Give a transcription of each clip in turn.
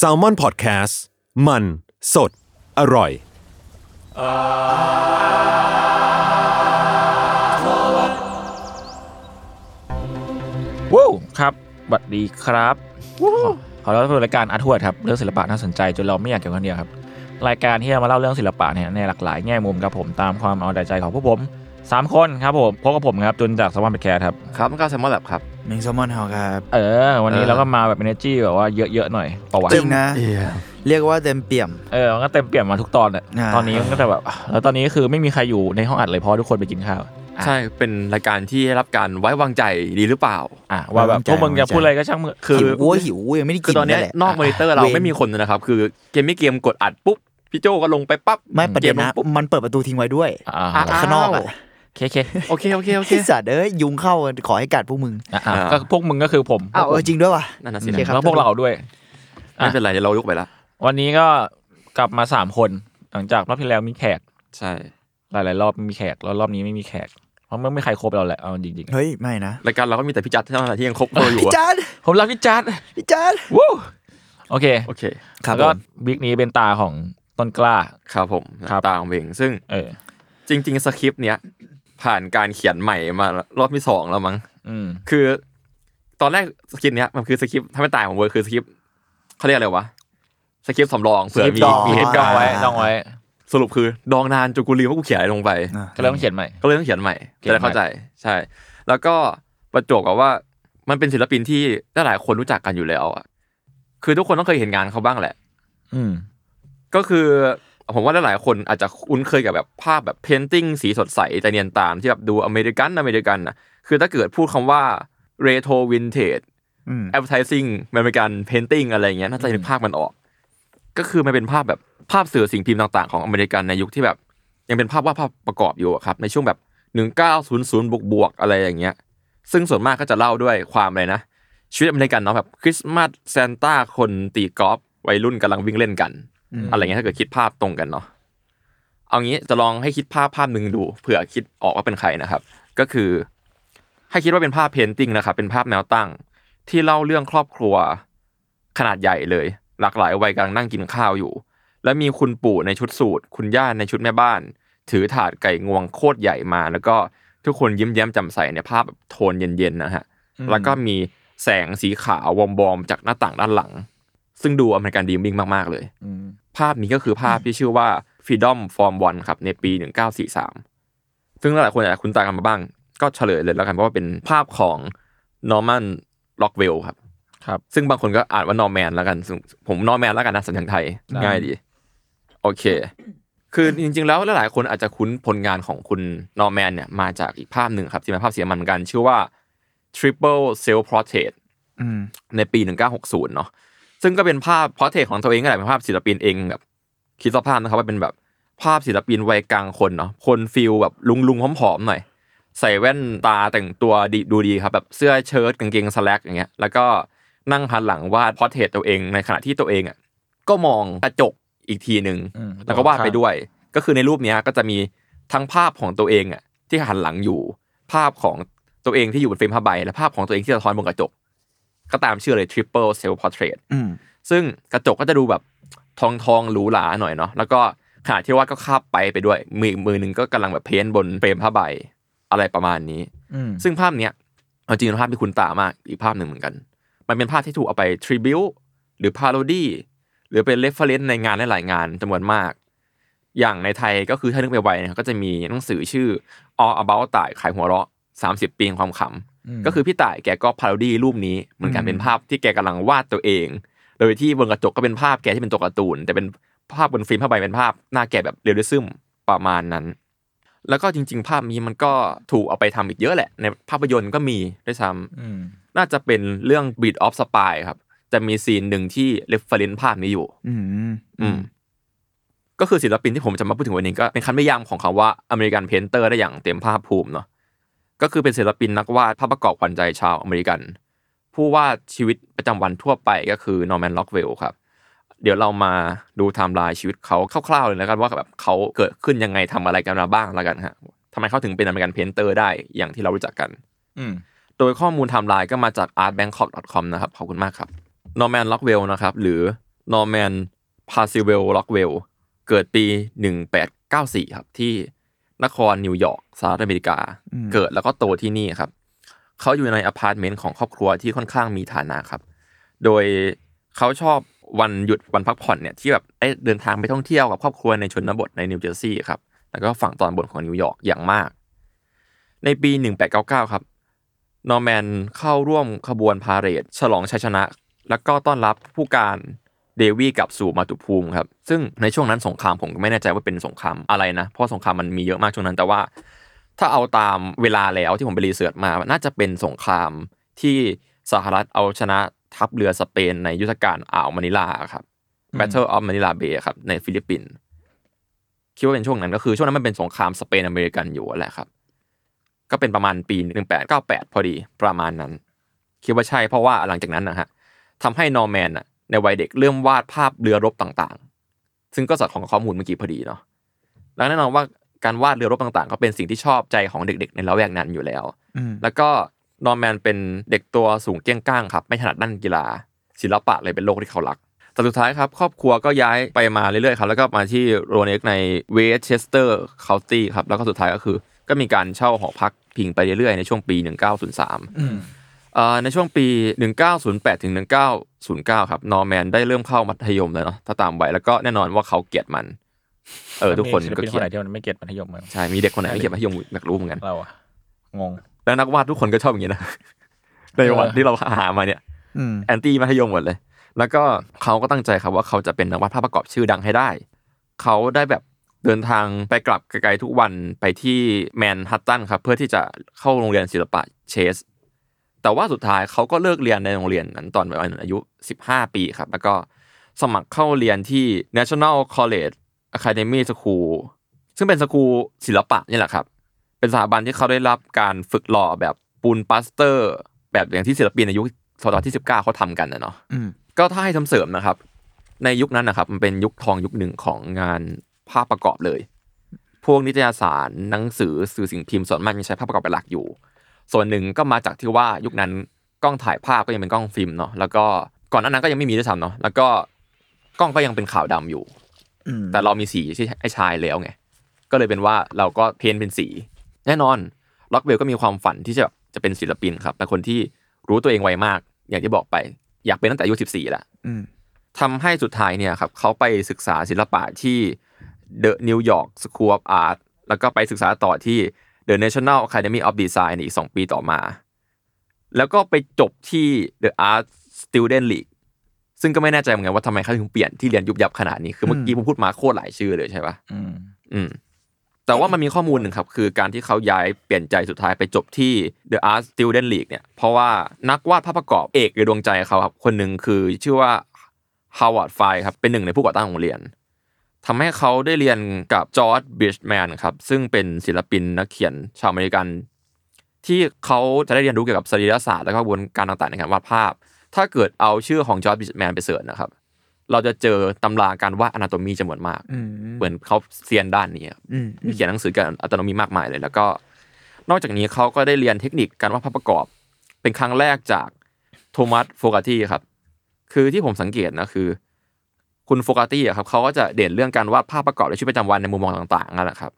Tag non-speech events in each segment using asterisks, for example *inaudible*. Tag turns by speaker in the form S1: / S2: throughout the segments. S1: s a l m o n PODCAST มันสดอร่อย
S2: ว้าวครับสวัสดีครับขอขอต้อนรับสู่รายการอาร์ทวดครับ เรื่องศิลปะน่าสนใจจนเราไม่อยากเก็บคนเดียวครับ รายการที่จะมาเล่าเรื่องศิลปะเนี่ยในหลากหลายแง่มุมครับผมตามความเอาใจใจของพวกผมสามคนครับผมพบกับผมครับจุนจากสมอนเปแคร์ครับ
S3: ครับก้าวแซมมอนแลบครับ
S4: หนึ่งแซลมอนเฮาครับ
S2: เออ วันนี้
S3: เออ
S2: เราก็มาแบบเอเนจีแบบว่าเยอะๆหน่อยประวัติ
S4: จริงนะ เรียกว่าเต็มเปี่ยม
S2: เออมันก็เต็มเปี่ยมมาทุกตอนอะ
S4: อ่า
S2: ตอนนี้มันก็จะแบบ แล้วตอนนี้คือไม่มีใครอยู่ในห้องอัดเลยเพราะทุกคนไปกินข้าว
S3: ใช่เป็นรายการที่ได้รับการไว้วางใจดีหรือเปล่า
S2: อ่ะว่าแบบพวกมึงจะพูดอะไรก็ช่างมึงคือ
S4: หิวโว้ยหิวโว้ยยังไม่ได้
S3: คื
S4: กิ
S3: อนตอนเนี้ย
S4: แหละ
S3: นอกมอนิเตอร์เรา
S4: ว้น
S3: ไม่มีคนเลยนะครับ คือเกมไม่เกมกดอัดปุ๊บ พี่โจก็ลงไปปั๊บ
S4: ไม่ประเด็น
S3: กมล
S4: นะ
S3: งปุ๊บ
S4: มันเปิดประตูทิ้งไว้ด้วย
S2: อ่า
S4: ข้างนอก
S3: อ้า
S4: อะ
S3: ว
S2: เคเค
S3: โอเค โอเค โอเค
S4: ที่สัตว์เอ้ยยุงเข้าขอให้กัดพวกมึง
S2: อ่ะอ่ะก็พวกมึงก็คือผม
S4: อ้าวเออจริงด้วยว่ะ
S3: นั่นน่ะสิ
S4: โอเค
S3: นะครับ
S2: แล้วพวกเราด้วย
S3: ไม่เป็นไรเดี๋ยวเรายกไปละ
S2: วันนี้ก็กลับมาสามคนหลังจากรอบที่แล้วมีแขก
S3: ใช่
S2: หลาย ๆ รอบมีแขกแล้วรอบนี้ไม่มีแขก เพราะไม่มีใครครบเราแหละเอาจริง
S4: เฮ้ยไม่นะ
S3: รายการเราก็มีแต่พี่จัดเท่านั้นแหละที่ยังคบเราอยู่
S4: พี่
S3: อะ
S4: จัด
S2: ๆผมรักพี่จัด
S4: พี่จัด
S2: วู้
S4: *laughs*
S2: โอเค
S3: โอเค
S4: ครับ
S2: แล้วก็
S4: ผม
S2: บิ๊กนี้เป็นตาของต้นกล้า
S3: ครับผม
S2: ครับ
S3: ตามเวงซึ่ง
S2: เออ
S3: จริง ๆ สคริปต์เนี้ยผ่านการเขียนใหม่มารอบที่สองแล้วมั้ง
S2: อืม
S3: คือตอนแรกสคริปต์เนี้ยมันคือสคริปต์ถ้าไม่ตายของเวิร์ดคือสคริปต์เขาเรียกอะไรวะสคริปต์สำรองเผื่อมี
S2: ดอง
S3: มีเหตุ
S2: ด
S3: กา
S2: อง
S3: รณ์
S2: ไว้
S3: ไว้
S2: ดองไว้
S3: สรุปคือ ดองนานจนกูลืมว่ากูเขียนอะไรลงไป
S4: อ่ะ
S2: ก็เลยต้องเขียนใหม่
S3: ก็เลยต้องเขียนใหม่
S2: เขียน
S3: จะได้เข้าใจใช่ แล้วก็ประจวบกับว่ามันเป็นศิลปินที่หลายๆคนรู้จักกันอยู่แล้วอะคือทุกคนต้องเคยเห็นงานเขาบ้างแหละ
S2: ืม
S3: ก็คือผมว่าหลายๆคนอาจจะคุ้นเคยกับแบบภาพแบบเพนติ้งสีสดใสแต่เนียนตามที่แบบดูอเมริกันอเมริกันนะคือถ้าเกิดพูดคำว่าเรโทรวินเทจ
S4: อืม
S3: advertising มันเป็นการ painting อะไรอย่างเงี้ยน่าจะนึกภาพมันออก ก็คือมันเป็นภาพแบบภาพสื่อสิ่งพิมพ์ต่างๆ ของอเมริกันในยุคที่แบบ ยังเป็นภาพวาดภาพประกอบอยู่อะครับ ในช่วงแบบ 1900 บวกบวกๆอะไรอย่างเงี้ย ซึ่งส่วนมากก็จะเล่าด้วยความอะไรนะ ชีวิตอเมริกันเนาะแบบคริสต์มาสซานต้าคนตีกอล์ฟวัยรุ่นกำลังวิ่งเล่นกัน อะไรเงี้ยถ้าเกิดคิดภาพตรงกันเนาะเอางี้จะลองให้คิดภาพภาพหนึ่งดูเผื่อคิดออกว่าเป็นใครนะครับ ก็คือ ให้คิดว่าเป็นภาพเพนติงนะครับเป็นภาพแนวตั้ง ที่เล่าเรื่องครอบครัวขนาดใหญ่เลย หลากหลายวัยกำลังนั่งกินข้าวอยู่ แล้วมีคุณปู่ในชุดสูทคุณย่าในชุดแม่บ้าน ถือถาดไก่งวงโคตรใหญ่มา แล้วก็ทุกคนยิ้มแย้มแจ่มใสในภาพแบบโทนเย็นๆนะฮะ แล้วก็มีแสงสีขาววอมบอมๆจากหน้าต่างด้านหลัง ซึ่งดูอเมริกันดีมมิ่งมากๆเลย
S2: อืม
S3: ภาพนี้ก็คือภาพที่ชื่อว่า Freedom Form 1 ครับ ในปี 1943 ซึ่งหลายๆคนอาจจะคุ้นตากันมาบ้าง ก็เฉลยเลยแล้วกันเพราะว่าเป็นภาพของ Norman Rockwell ครับ
S2: ครับ
S3: ซึ่งบางคนก็อ่านว่านอร์แมนแล้วกันซึ่งผมนอร์แมนแล้วกันนะสำเนียงไทย
S2: ได้
S3: ง่ายดี โอเค คือจริงๆ แล้วหลายๆคนอาจจะคุ้นผลงานของคุณนอร์แมนเนี่ยมาจากอีกภาพหนึ่งครับที่เป็นภาพเสียมันเหมือนกัน ชื่อว่า Triple Self Portrait
S4: อืม
S3: ในปี 1960 เนาะ ซึ่งก็เป็นภาพพอเทของตัวเองก็แหละเป็นภาพศิลปินเองแบบคิดสภาพนะครับว่าเป็นแบบภาพศิลปินวัยกลางคนเนาะ คนฟิลแบบลุงลุงๆผอมๆหน่อย ใส่แว่นตาแต่งตัวดีดูดีครับ แบบเสื้อเชิ้ตกางเกงสแลกอย่างเงี้ย แล้วก็นั่งหันหลังวาดพอเทรตัวเองในขณะที่ตัวเองอ่ะก็มองกระจกอีกทีหนึ่ง
S2: อืม
S3: แล้วก็วาดไปด้วย ก็คือในรูปเนี้ยก็จะมีทั้งภาพของตัวเองอ่ะที่หันหลังอยู่ ภาพของตัวเองที่อยู่บนเฟรมผ้าใบและภาพของตัวเองที่สะท้อนบนกระจก ก็ตามชื่อเลย triple self portrait
S4: อืม
S3: ซึ่งกระจกก็จะดูแบบทองทองๆหรูหราหน่อยเนาะแล้วก็ขณะที่วาดก็คาบไปไปด้วย มืออีกมือหนึ่งก็กำลังแบบเพ้นท์บนเฟรมผ้าใบอะไรประมาณนี้
S2: อืม
S3: ซึ่งภาพเนี้ยเอาจริงเป็นภาพที่คุณตามากอีกภาพหนึ่งเหมือนกัน มันเป็นภาพที่ถูกเอาไปทริบิวหรือพาโรดี้หรือเป็นเรฟเฟรนซ์ในงานหลายๆงานจำนวนมาก อย่างในไทยก็คือถ้านึกไปไวนะครับก็จะมีหนังสือชื่อ All About ต่ายขายหัวเราะ 30 ปีแห่งความขำ ก็คือพี่ต่ายแกก็พาโรดี้รูปนี้เหมือนกันเป็นภาพที่แกกำลังวาดตัวเอง โดยที่บนกระจกก็เป็นภาพแกที่เป็นตัวการ์ตูน แต่เป็นภาพบนฟิล์มผ้าใบเป็นภาพหน้าแกแบบเรียลลิซึมประมาณนั้น แล้วก็จริง ๆ ภาพนี้มันก็ถูกเอาไปทำอีกเยอะแหละ ในภาพยนตร์ก็มีด้วยซ้ำ
S2: อืม
S3: น่าจะเป็นเรื่อง Breed of Spy ครับ จะมีซีนหนึ่งที่เรฟเฟรนซ์ภาพนี้อยู่
S4: อืม
S3: อืม ก็คือศิลปินที่ผมจะมาพูดถึงวันนี้ก็เป็นคำนิยามของคำว่าอเมริกันเพนเตอร์ได้อย่างเต็มภาคภูมิเนาะก็คือเป็นศิลปินนักวาดภาพประกอบขวัญใจชาวอเมริกัน ผู้วาดชีวิตประจำวันทั่วไปก็คือนอร์แมนล็อกเวลครับ เดี๋ยวเรามาดูไทม์ไลน์ชีวิตเขาคร่าวๆเลยแล้วกันว่าแบบเขาเกิดขึ้นยังไงทำอะไรกันมาบ้างแล้วกันฮะทำไมเขาถึงเป็นอเมริกันเพนเตอร์ได้อย่างที่เรารู้จักกัน
S2: อืม
S3: โดยข้อมูลไทม์ไลน์ก็มาจาก artbangkok.com นะครับ ขอบคุณมากครับ Norman Rockwell นะครับ หรือ Norman p a r s i v e l Rockwell เกิดปี 1894 ครับ ที่นครนิวยอร์กสหรัฐอเมริกา เกิดแล้วก็โตที่นี่ครับ เขาอยู่ในอพาร์ตเมนต์ของครอบครัวที่ค่อนข้างมีฐานะครับ โดยเขาชอบวันหยุดวันพักผ่อนเนี่ยที่แบบได้เดินทางไปท่องเที่ยวกับครอบครัวในชนบทในนิวเจอร์ซีย์ครับ แล้วก็ฝั่งตอนบนของนิวยอร์กอย่างมาก ในปี 1899 ครับ นอร์แมนเข้าร่วมขบวนพาเหรดฉลองชัยชนะ แล้วก็ต้อนรับผู้การเดวี่กลับสู่มาตุภูมิครับ ซึ่งในช่วงนั้นสงครามผมก็ไม่แน่ใจว่าเป็นสงครามอะไรนะ เพราะสงครามมันมีเยอะมากช่วงนั้น แต่ว่า ถ้าเอาตามเวลาแล้วที่ผมไปรีเสิร์ชมา น่าจะเป็นสงครามที่สหรัฐเอาชนะทัพเรือสเปนในยุทธการอ่าวมะนิลาครับ Battle of Manila Bay ครับในฟิลิปปินส์คิดว่าเป็นช่วงนั้นก็คือช่วงนั้นมันเป็นสงครามสเปนอเมริกันอยู่แหละครับ ก็เป็นประมาณปี 1898 พอดีประมาณนั้น คิดว่าใช่เพราะว่าหลังจากนั้นนะฮะทำให้นอร์แมนน่ะในวัยเด็กเริ่มวาดภาพเรือรบต่างๆ ซึ่งก็สอดคล้องกับข้อมูลเมื่อกี้พอดีเนาะแล้วแน่นอนว่าการวาดเรือรบต่างๆ ก็เป็นสิ่งที่ชอบใจของเด็ก ๆ ในละแวกนั้นอยู่แล้ว
S4: อืม
S3: แล้วก็นอร์แมนเป็นเด็กตัวสูงเกี้ยงก้างครับไม่ถนัดด้านกีฬา ศิลปะเลยเป็นโลกที่เขารัก แต่สุดท้ายครับ ครอบครัวก็ย้ายไปมาเรื่อยๆครับ แล้วก็มาที่โรเน็กในเวสเชสเตอร์คา t ตี้ครับ แล้วก็สุดท้ายก็คือ ก็มีการเช่าหอพักพิงไปเรื่อยๆ ในช่วงปี 1903
S2: อืม
S3: เอ่อในช่วงปี 1908 ถึง 1909 ครับ นอร์แมนได้เริ่มเข้ามัธยมแล้วเนาะ ถ้าตามไว้แล้วก็แน่นอนว่าเขาเกลียดมัน เออ ทุกคนก็
S2: มีศิลปิน
S3: เกลี
S2: คน
S3: ย
S2: ไห
S3: ด
S2: นที่มันไม่เก็ตมัธยมมั้ง
S3: ใช่ มีเด็กคนไหนที่เกลียดมัธยมอยากรู้เหมือนกัน
S2: เราอะงง
S3: แล้วนักวาดทุกคนก็ชอบอย่างนี้นะ *laughs* ในประวัติที่เราหามาเนี่ย
S4: อืม
S3: แอนตี้มัธยมหมดเลย แล้วก็เขาก็ตั้งใจครับว่าเขาจะเป็นนักวาดภาพประกอบชื่อดังให้ได้ เขาได้แบบเดินทางไปกลับไกลๆทุกวันไปที่แมนฮัตตันครับ เพื่อที่จะเข้าโรงเรียนศิลปะเชส แต่ว่าสุดท้ายเขาก็เลิกเรียนในโรงเรียนนั้นตอนประมาณอายุ 15 ปีครับ แล้วก็สมัครเข้าเรียนที่ National College Academy School ซึ่งเป็นสกูลศิลปะนี่แหละครับ เป็นสถาบันที่เขาได้รับการฝึกหล่อแบบปูนปัสเตอร์ แบบอย่างที่ศิลปินในยุคศตวรรษที่ 19 เขาทำกันนะเนาะ
S4: อืม
S3: ก็ถ้าให้ทำเสริมนะครับ ในยุคนั้นนะครับ มันเป็นยุคทองยุคหนึ่งของงานภาพประกอบเลย พวกนิตยสารหนังสือสื่อสิ่งพิมพ์ส่วนมากยังใช้ภาพประกอบเป็นหลักอยู่ ส่วนหนึ่งก็มาจากที่ว่ายุคนั้นกล้องถ่ายภาพก็ยังเป็นกล้องฟิล์มเนาะแล้วก็ก่อนหน้านั้นก็ยังไม่มีด้วยซ้ำเนาะแล้วก็กล้องก็ยังเป็นขาวดำอยู่
S4: อืม
S3: แต่เรามีสีที่ให้ชายแล้วไง ก็เลยเป็นว่าเราก็เพ้นเป็นสี แน่นอนล็อกเวลก็มีความฝันที่จะแบบจะเป็นศิลปินครับ เป็นคนที่รู้ตัวเองไวมาก อย่างที่บอกไป อยากเป็นตั้งแต่อายุ14แล้ว
S4: อืม
S3: ทำให้สุดท้ายเนี่ยครับเขาไปศึกษาศิลปะที่ The New York School of Art แล้วก็ไปศึกษาต่อที่ The National Academy of Design อีก 2 ปีต่อมา แล้วก็ไปจบที่ The Art Student League ซึ่งก็ไม่แน่ใจเหมือนกันว่าทำไมเขาถึงเปลี่ยนที่เรียนยุบยับขนาดนี้ คือเมื่อกี้ผมพูดมาโคตรหลายชื่อเลยใช่ปะ
S2: อืม
S3: อืมแต่ว่ามันมีข้อมูลหนึ่งครับ คือการที่เขาย้ายเปลี่ยนใจสุดท้ายไปจบที่ The Art Student League เนี่ย เพราะว่านักวาดภาพประกอบเอกในดวงใจเขาครับ คนหนึ่งคือชื่อว่า Howard f i ครับ เป็นหนึ่งในผู้ก่อตั้งโรงเรียนทำให้เขาได้เรียนกับจอร์ e บิชแมนครับ ซึ่งเป็นศิลปินนักเขียนชาวอเมริกัน ที่เขาจะได้เรียนรู้เกี่ยวกับสรีรศาสตร์และกระบวนการต่างๆในการวาดภาพ ถ้าเกิดเอาชื่อของจอร์ e บิชแมนไปเสิร์ชนะครับ เราจะเจอตำราการวาดอนาโตมีจำนวนมาก
S4: อืม
S3: เหมือนเขาเซียนด้านนี้ครับ
S4: อืม
S3: มีเขียนหนังสือกันอัตโนมีมากมายเลย แล้วก็ นอกจากนี้เขาก็ได้เรียนเทคนิคการวาดภาพประกอบ เป็นครั้งแรกจากโทมัสโฟกาตี้ครับ คือที่ผมสังเกตนะคือ คุณโฟกาตี้อะครับเขาก็จะเด่นเรื่องการวาดภาพประกอบในชีวิตประจำวันในมุมมองต่างๆนั่นแหละครับ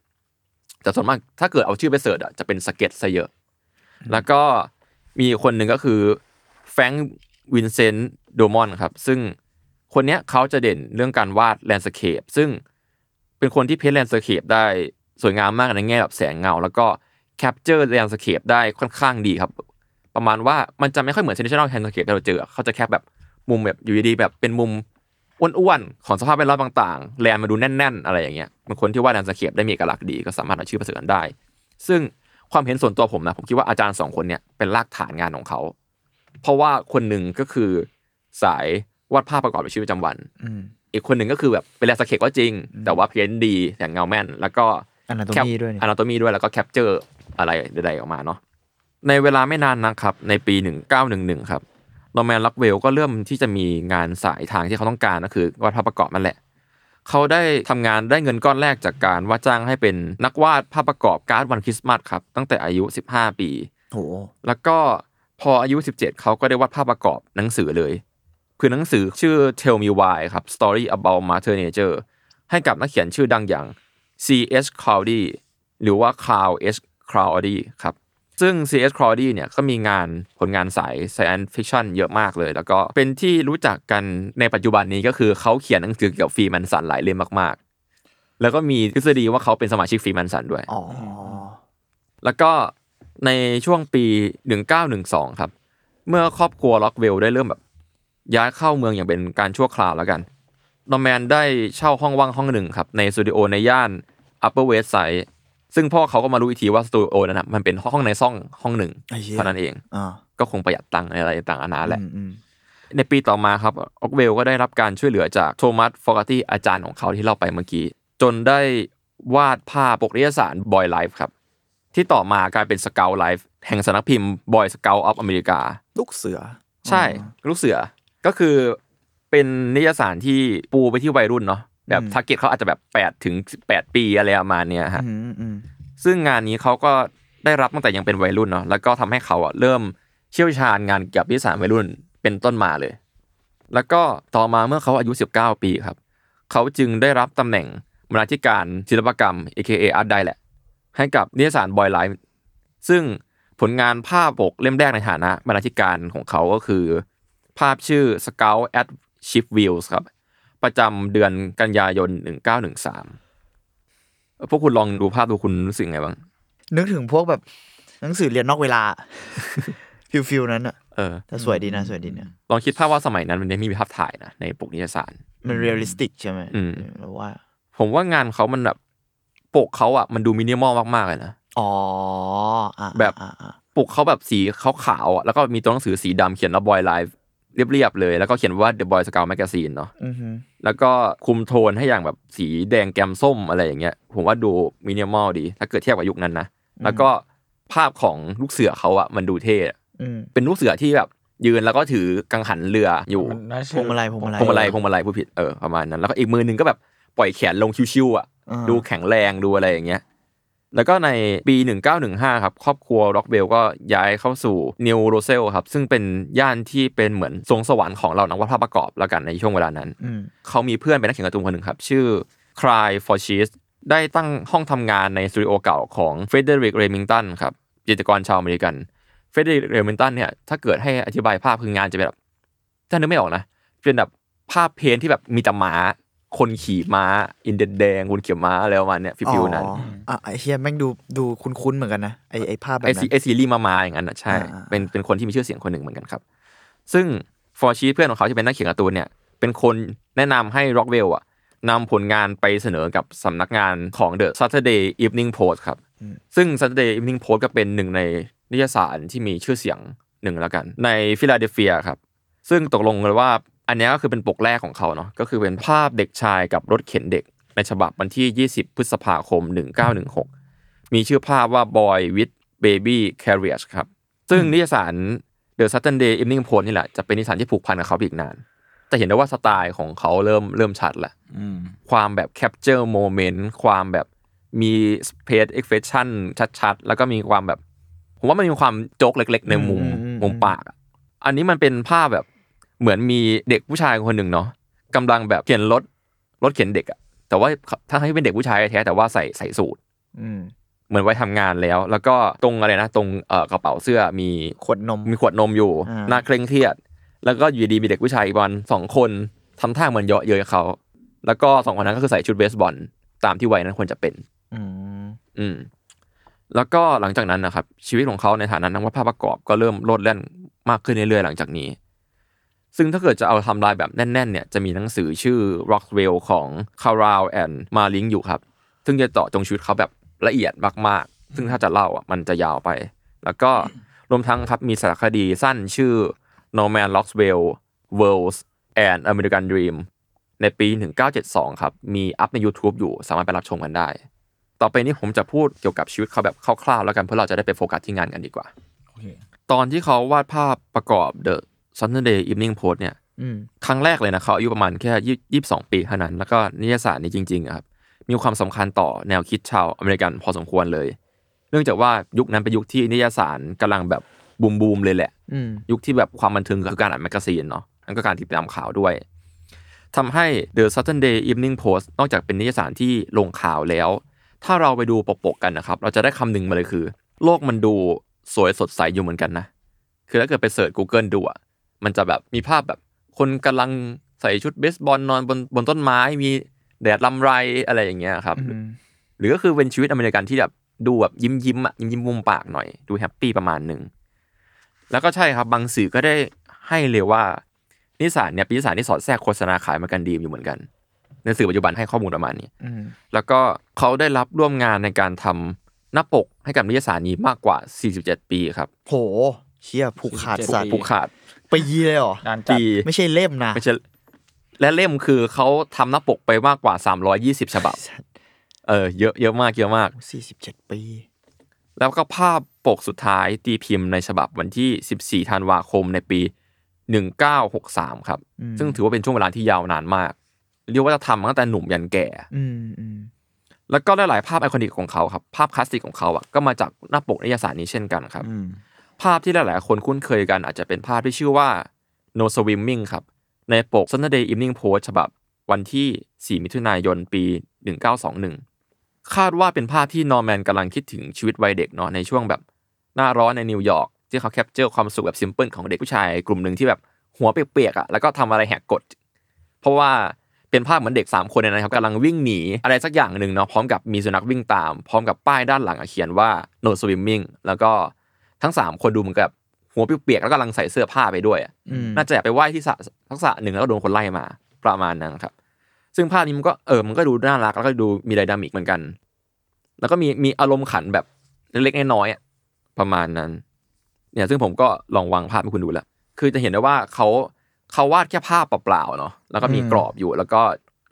S3: แต่ส่วนมากถ้าเกิดเอาชื่อไปเสิร์ชอะจะเป็นสเก็ตซะเยอะ แล้วก็มีคนหนึ่งก็คือแฟรงค์วินเซนต์โดมอนครับ ซึ่งคนเนี้ยเขาจะเด่นเรื่องการวาดแลนด์สเคปซึ่งเป็นคนที่เพ้นแลนด์สเคปได้สวยงามมากในแง่แบบแสงเงา แล้วก็แคปเจอร์แลนด์สเคปได้ค่อนข้างดีครับ ประมาณว่ามันจะไม่ค่อยเหมือนเซน t i o n a l แลนด์สเคปที่เราเจอ เขาจะแคปแบบมุมแบบอยู่ดีๆแบบเป็นมุมอ้วนๆของสภาพแวดล้อมต่างๆแลนด์มาดูแน่น ๆ อะไรอย่างเงี้ยบางคนที่วาดแลนด์สเคปได้มีเอกลักษณ์ดีก็สามารถเอาชื่อไปเสริมได้ ซึ่งความเห็นส่วนตัวผมนะ ผมคิดว่าอาจารย์สองคนเนี่ยเป็นรากฐานงานของเขา เพราะว่าคนหนึ่งก็คือ สายวาดภาพประกอบในชีวิตประจำวัน
S4: อืม
S3: อีกคนหนึ่งก็คือแบบเป็นแลสเคปก็จริง แต่ว่าเพี้ยนดีอย่างเงาแม่น แล้วก็
S4: อันนั้นตรงนี้ด้วยนี่
S3: อนาโตมีด้วยแล้วก็แคปเจอร์อะไรใดๆออกมาเนาะในเวลาไม่นานนะครับ ในปี 1911 ครับโรแมนล็อกเวลก็เริ่มที่จะมีงานสายทางที่เขาต้องการก็คือวาดภาพประกอบนั่นแหละ เขาได้ทำงานได้เงินก้อนแรกจากการว่าจ้างให้เป็นนักวาดภาพประกอบการ์ดวันคริสต์มาสครับตั้งแต่อายุ 15 ปี
S4: โห
S3: แล้วก็พออายุ 17 เขาก็ได้วาดภาพประกอบหนังสือเลย คือหนังสือชื่อ Tell Me Why ครับ Story About Mother Nature ให้กับนักเขียนชื่อดังอย่าง C.S. Crowdy หรือว่า Carl S. Crowdy ครับ ซึ่ง C.S. Crowdy เนี่ยก็มีงานผลงานสาย science fiction เยอะมากเลย แล้วก็เป็นที่รู้จักกันในปัจจุบันนี้ก็คือเขาเขียนหนังสือเกี่ยวกับฟรีแมนสันหลายเล่มมากๆ แล้วก็มีทฤษฎีว่าเขาเป็นสมาชิกฟรีแมนสันด้วย
S4: อ๋อ
S3: แล้วก็ในช่วงปี 1912 ครับ เมื่อครอบครัวล็อกเวลได้เริ่มแบบ ย้ายเข้าเมืองอย่างเป็นการชั่วคราวแล้วกันนอร์แมนได้เช่าห้องว่างห้องหนึ่งครับ ในสตูดิโอในย่าน Upper West Side ซึ่งพ่อเขาก็มารู้อีกทีว่าสตูดิโอนั้นนะมันเป็นห้องในซ่องห้องหนึ่งเท่านั้นเอง
S4: อ่า
S3: ก็คงประหยัดตังค์ในอะไรต่างๆนานาแหละ
S4: อืมอืม
S3: ในปีต่อมาครับออกเวลก็ได้รับการช่วยเหลือจากโทมัสฟอร์กาตี้อาจารย์ของเขาที่เล่าไปเมื่อกี้ จนได้วาดภาพปกนิตยสารบอยไลฟ์ครับ ที่ต่อมากลายเป็นสเกลไลฟ์แห่งสำนักพิมพ์บอยสเกลออฟอเมริกา
S4: ลูกเสือ
S3: ใช่ลูกเสือก็คือเป็นนิตยสารที่ปูไปที่วัยรุ่นเนาะแบบทาร์เก็ตเขาอาจจะแบบ8ถึง18 ปีอะไรประมาณเนี้ยฮะ
S4: อืมอืม
S3: ซึ่งงานนี้เขาก็ได้รับตั้งแต่ยังเป็นวัยรุ่นเนาะแล้วก็ทำให้เขาอ่ะเริ่มเชี่ยวชาญงานเกี่ยวกับวิสานวัยรุ่นเป็นต้นมาเลย แล้วก็ต่อมาเมื่อเขาอายุ 19 ปีครับ เขาจึงได้รับตำแหน่งบรรณาธิการศิลปกรรม AKA Art ได้แหละ ให้กับนิตยสารบอยไลฟ์ซึ่งผลงานภาพปกเล่มแรกในฐานะบรรณาธิการของเขาก็คือ ภาพชื่อ Scout at Shipwheels ครับ ประจำเดือนกันยายน 1913 พวกคุณลองดูภาพดูคุณรู้สึกไงบ้าง
S4: นึกถึงพวกแบบหนังสือเรียนนอกเวลา *laughs* ฟิลฟิลนั้นอะ
S3: เออ
S4: แต่สวยดีนะสวยดีนะ
S3: ลองคิดภาพว่าสมัยนั้นมันยังไม่มีภาพถ่ายนะในปกนิตยสาร
S4: มันเรียลลิสติกใช่ไหม
S3: อืม
S4: หรือว่า
S3: ผมว่างานเขามันแบบปกเขาอ่ะมันดูมินิมอลมากๆเลยนะ
S4: อ๋ออ่ะ
S3: แบบ
S4: อ่ะอ่ะ
S3: ปกเขาแบบสีขาวๆอ่ะแล้วก็มีตัวหนังสือสีดำเขียนว่าบอยไลฟ์เรียบๆเลย แล้วก็เขียนว่า The Boy Scout Magazine เนาะ
S4: อือหือ
S3: แล้วก็คุมโทนให้อย่างแบบสีแดงแกมส้มอะไรอย่างเงี้ย ผมว่าดูมินิมอลดี ถ้าเกิดเทียบกับยุคนั้นนะ แล้วก็ภาพของลูกเสือเขาอ่ะมันดูเท่อะ
S4: อืม
S3: เป็นลูกเสือที่แบบยืนแล้วก็ถือกังหันเรืออยู่
S2: มันน่า
S4: พ
S2: เชื่
S4: วง
S2: อ
S4: มาลัยพวงมาลั
S3: พ
S4: ย
S3: วงมาลัยพวงมาลัยผู้ผิดเออประมาณนั้น แล้วก็อีกมือหนึ่งก็แบบปล่อยแขนลงชิวๆอ่ะ
S4: อ่า
S3: ดูแข็งแรงดูอะไรอย่างเงี้ยแล้วก็ในปี 1915 ครับ ครอบครัวร็อกเบลก็ย้ายเข้าสู่นิวโรเซลครับ ซึ่งเป็นย่านที่เป็นเหมือนทรงสวรรค์ของเรานักวาดภาพประกอบแล้วกันในช่วงเวลานั้น
S4: อืม
S3: เขามีเพื่อนเป็นนักเขียนการ์ตูนคนหนึ่งครับ ชื่อ Cry for Cheese ได้ตั้งห้องทำงานในสตูดิโอเก่าของเฟเดริกเรมิงตันครับจิตรกรชาวอเมริกันเฟเดริกเรมิงตันเนี่ยถ้าเกิดให้อธิบายภาพคืองานจะเป็นแบบถ้านึกไม่ออกนะ เป็นแบบภาพเพนท์ที่แบบมีแต่ม้า คนขี่ม้า อินเดียนแดงคนเขี่ยม้าอะไรประมาณเนี้ยฟิวๆนั้น
S4: อ๋ออ่ะไอเฮียแม่งดูดูคุ้นๆเหมือนกันนะไอไอภาพแบบ
S3: ไอซี
S4: นั้น
S3: ไอซีรีส์มามาอย่างนั้นนะใช่
S4: อ่าอ่า
S3: เป็นเป็นคนที่มีชื่อเสียงคนหนึ่งเหมือนกันครับ ซึ่งฟอร์ชีเพื่อนของเขาที่เป็นนักเขียนการ์ตูนเนี่ย เป็นคนแนะนำให้ร็อกเวลอะนำผลงานไปเสนอกับสำนักงานของ The Saturday Evening Post ครับ ซึ่ง Saturday Evening Post ก็เป็นหนึ่งในนิตยสารที่มีชื่อเสียงหนึ่งแล้วกัน ในฟิลาเดลเฟียครับ ซึ่งตกลงกันว่าอันเนี้ยก็คือเป็นปกแรกของเขาเนาะก็คือเป็นภาพเด็กชายกับรถเข็นเด็ก ในฉบับวันที่ 20 พฤษภาคม 1916 มีชื่อภาพว่า Boy with Baby Carriage ครับ ซึ่งนิตยสาร The Saturday Evening Post นี่แหละ จะเป็นนิตยสารที่ผูกพันกับเขาไปอีกนาน จะเห็นได้ว่าสไตล์ของเขาเริ่มเริ่มชัดละ
S2: อืม
S3: ความแบบ capture moment ความแบบมี space expression ชัดๆ แล้วก็มีความแบบ ผมว่ามันมีความโจกเล็กๆ ในมุม
S4: อืม
S3: มุมปากอะอันนี้มันเป็นภาพแบบเหมือนมีเด็กผู้ชายคนหนึ่งเนาะกำลังแบบเข็นรถรถเข็นเด็กอะแต่ว่าถ้าให้เป็นเด็กผู้ชายแท้ๆแต่ว่าใส่ใส่สูท
S4: อืม
S3: เหมือนไว้ทำงานแล้ว แล้วก็ตรงอะไรนะ ตรงเอ่อกระเป๋าเสื้อมี
S4: ขวดนม
S3: มีขวดนมอยู่
S4: อ่า
S3: หน้าเคร่งเครียด แล้วก็อยู่ดีมีเด็กผู้ชายอีกวันสองคนทำท่าเหมือนเยาะเย้ยเขา แล้วก็สองคนนั้นก็คือใส่ชุดเบสบอลตามที่วัยนั้นควรจะเป็น
S4: อืม
S3: อืมแล้วก็หลังจากนั้นนะครับ ชีวิตของเขาในฐานะนักวาดภาพประกอบก็เริ่มโลดแล่นมากขึ้นเรื่อยๆหลังจากนี้ ซึ่งถ้าเกิดจะเอาไทำลายแบบแน่น ๆ เนี่ยจะมีหนังสือชื่อ Rockwell ของ c a r a l and Marling อยู่ครับ ซึ่งจะเจาะจงชีวิตเขาแบบละเอียดมากๆ ซึ่งถ้าจะเล่าอ่ะมันจะยาวไป แล้วก็รวมทั้งครับมีสารคดีสั้นชื่อ No Man Rockwell Worlds and American Dream ในปี 1972 ครับ มีอัพใน YouTube อยู่สามารถไปรับชมกันได้ ต่อไปนี้ผมจะพูดเกี่ยวกับชีวิตเขาแบบคร่าวๆแล้วกันเพื่อเราจะได้ไปโฟกัสที่งานกันดีกว่า
S2: โอเค
S3: ตอนที่เขาวาดภาพประกอบ The Saturday Evening Post เนี่ย
S4: อืม
S3: ครั้งแรกเลยนะเขาอายุประมาณแค่ยี่สิบสองปีเท่านั้น แล้วก็นิยายสารนี้จริงๆอะครับ มีความสำคัญต่อแนวคิดชาวอเมริกันพอสมควรเลย เนื่องจากว่ายุคนั้นเป็นยุคที่นิยายสารกำลังแบบบูมบูมๆเลยแหละ
S4: อืม
S3: ยุคที่แบบความบันเทิงคือการอ่านแมกกาซีนเนาะนั่นก็การติดตามข่าวด้วยทำให้ The Saturday Evening Post นอกจากเป็นนิตยสารที่ลงข่าวแล้ว ถ้าเราไปดูปกปกๆกันนะครับ เราจะได้คำหนึงมาเลยคือ โลกมันดูสวยสดใสอยู่เหมือนกันนะ คือถ้าเกิดไปเสิร์ช Google ดูอ่ะ มันจะแบบมีภาพแบบคนกำลังใส่ชุดเบสบอลนอนบนบนต้นไม้ มีแดดลำไรอะไรอย่างเงี้ยครับ
S4: อืม
S3: หรือก็คือเป็นชีวิตอเมริกันที่แบบดูแบบยิ้มยิ้มๆอ่ะยิ้มยิ้มๆมุมปากหน่อย ดูแฮปปี้ประมาณหนึ่ง แล้วก็ใช่ครับบางสื่อก็ได้ให้เลยว่า นิสานเนี่ยเป็นนิสานที่สอดแทรกโฆษณาขายมากันดีมอยู่เหมือนกัน ในสื่อปัจจุบันให้ข้อมูลประมาณนี้
S4: อืม
S3: แล้วก็เขาได้รับร่วมงานในการทำหน้าปกให้กับนิตยสารนี้มากกว่า 47 ปีครับ
S4: โห เชี่ยผูกขาดสัตว์
S3: ผูกขาด
S4: ไปยีเลยเหรอ
S2: งานจัด
S3: ปี
S4: ไม่ใช่เล่มนะ
S3: ไม่ใช่และเล่มคือเขาทำหน้าปกไปมากกว่า 320 ฉ
S4: *laughs*
S3: บับ
S4: สัตว์
S3: เออเยอะเยอะมากเยอะมาก
S4: สี่สิบเจ็ดปี
S3: แล้วก็ภาพปกสุดท้ายตีพิมพ์ในฉบับวันที่ 14 ธันวาคมในปี 1963 ครับ
S4: อืม
S3: ซึ่งถือว่าเป็นช่วงเวลาที่ยาวนานมาก เรียกว่าจะทำมาตั้งแต่หนุ่มยันแก่
S4: อืมอืม
S3: แล้วก็หลายๆภาพไอคอนิกของเขาครับ ภาพคลาสสิกของเขาอะก็มาจากหน้าปกนิตยสารนี้เช่นกันครับ
S4: อืม
S3: ภาพที่หลาย ๆ คนคุ้นเคยกันอาจจะเป็นภาพที่ชื่อว่า No Swimming ครับ ในปก Saturday Evening Post ฉบับวันที่ 4 มิถุนายนปี 1921 คาดว่าเป็นภาพที่นอร์แมนกำลังคิดถึงชีวิตวัยเด็กเนาะในช่วงแบบ หน้าร้อนในนิวยอร์กที่เขาแคปเจอร์ความสุขแบบซิมเพิลของเด็กผู้ชายกลุ่มหนึ่งที่แบบหัวเปียกๆอะแล้วก็ทำอะไรแหกกฎ เพราะว่าเป็นภาพเหมือนเด็ก 3 คนเนี่ยนะครับกำลังวิ่งหนีอะไรสักอย่างหนึ่งเนาะพร้อมกับมีสุนัขวิ่งตาม พร้อมกับป้ายด้านหลังอะเขียนว่า no swimming แล้วก็ทั้ง 3 คนดูเหมือนกับหัวเปียกๆแล้วกำลังใส่เสื้อผ้าไปด้วยอะ
S4: อืม
S3: น่าจะอยากไปไหว้ที่สระทักษะหนึ่งแล้วก็โดนคนไล่มาประมาณนั้นครับ ซึ่งภาพนี้มันก็เออมันก็ดูน่ารักแล้วก็ดูมีไดนามิกเหมือนกัน แล้วก็มีมีอารมณ์ขันแบบเล็กๆน้อยๆอะประมาณนั้น เนี่ยซึ่งผมก็ลองวางภาพให้คุณดูแล้ว คือจะเห็นได้ว่าเขาเขาวาดแค่ภาพเปล่าๆเนาะแล้วก็มีกรอบอยู่ แล้วก็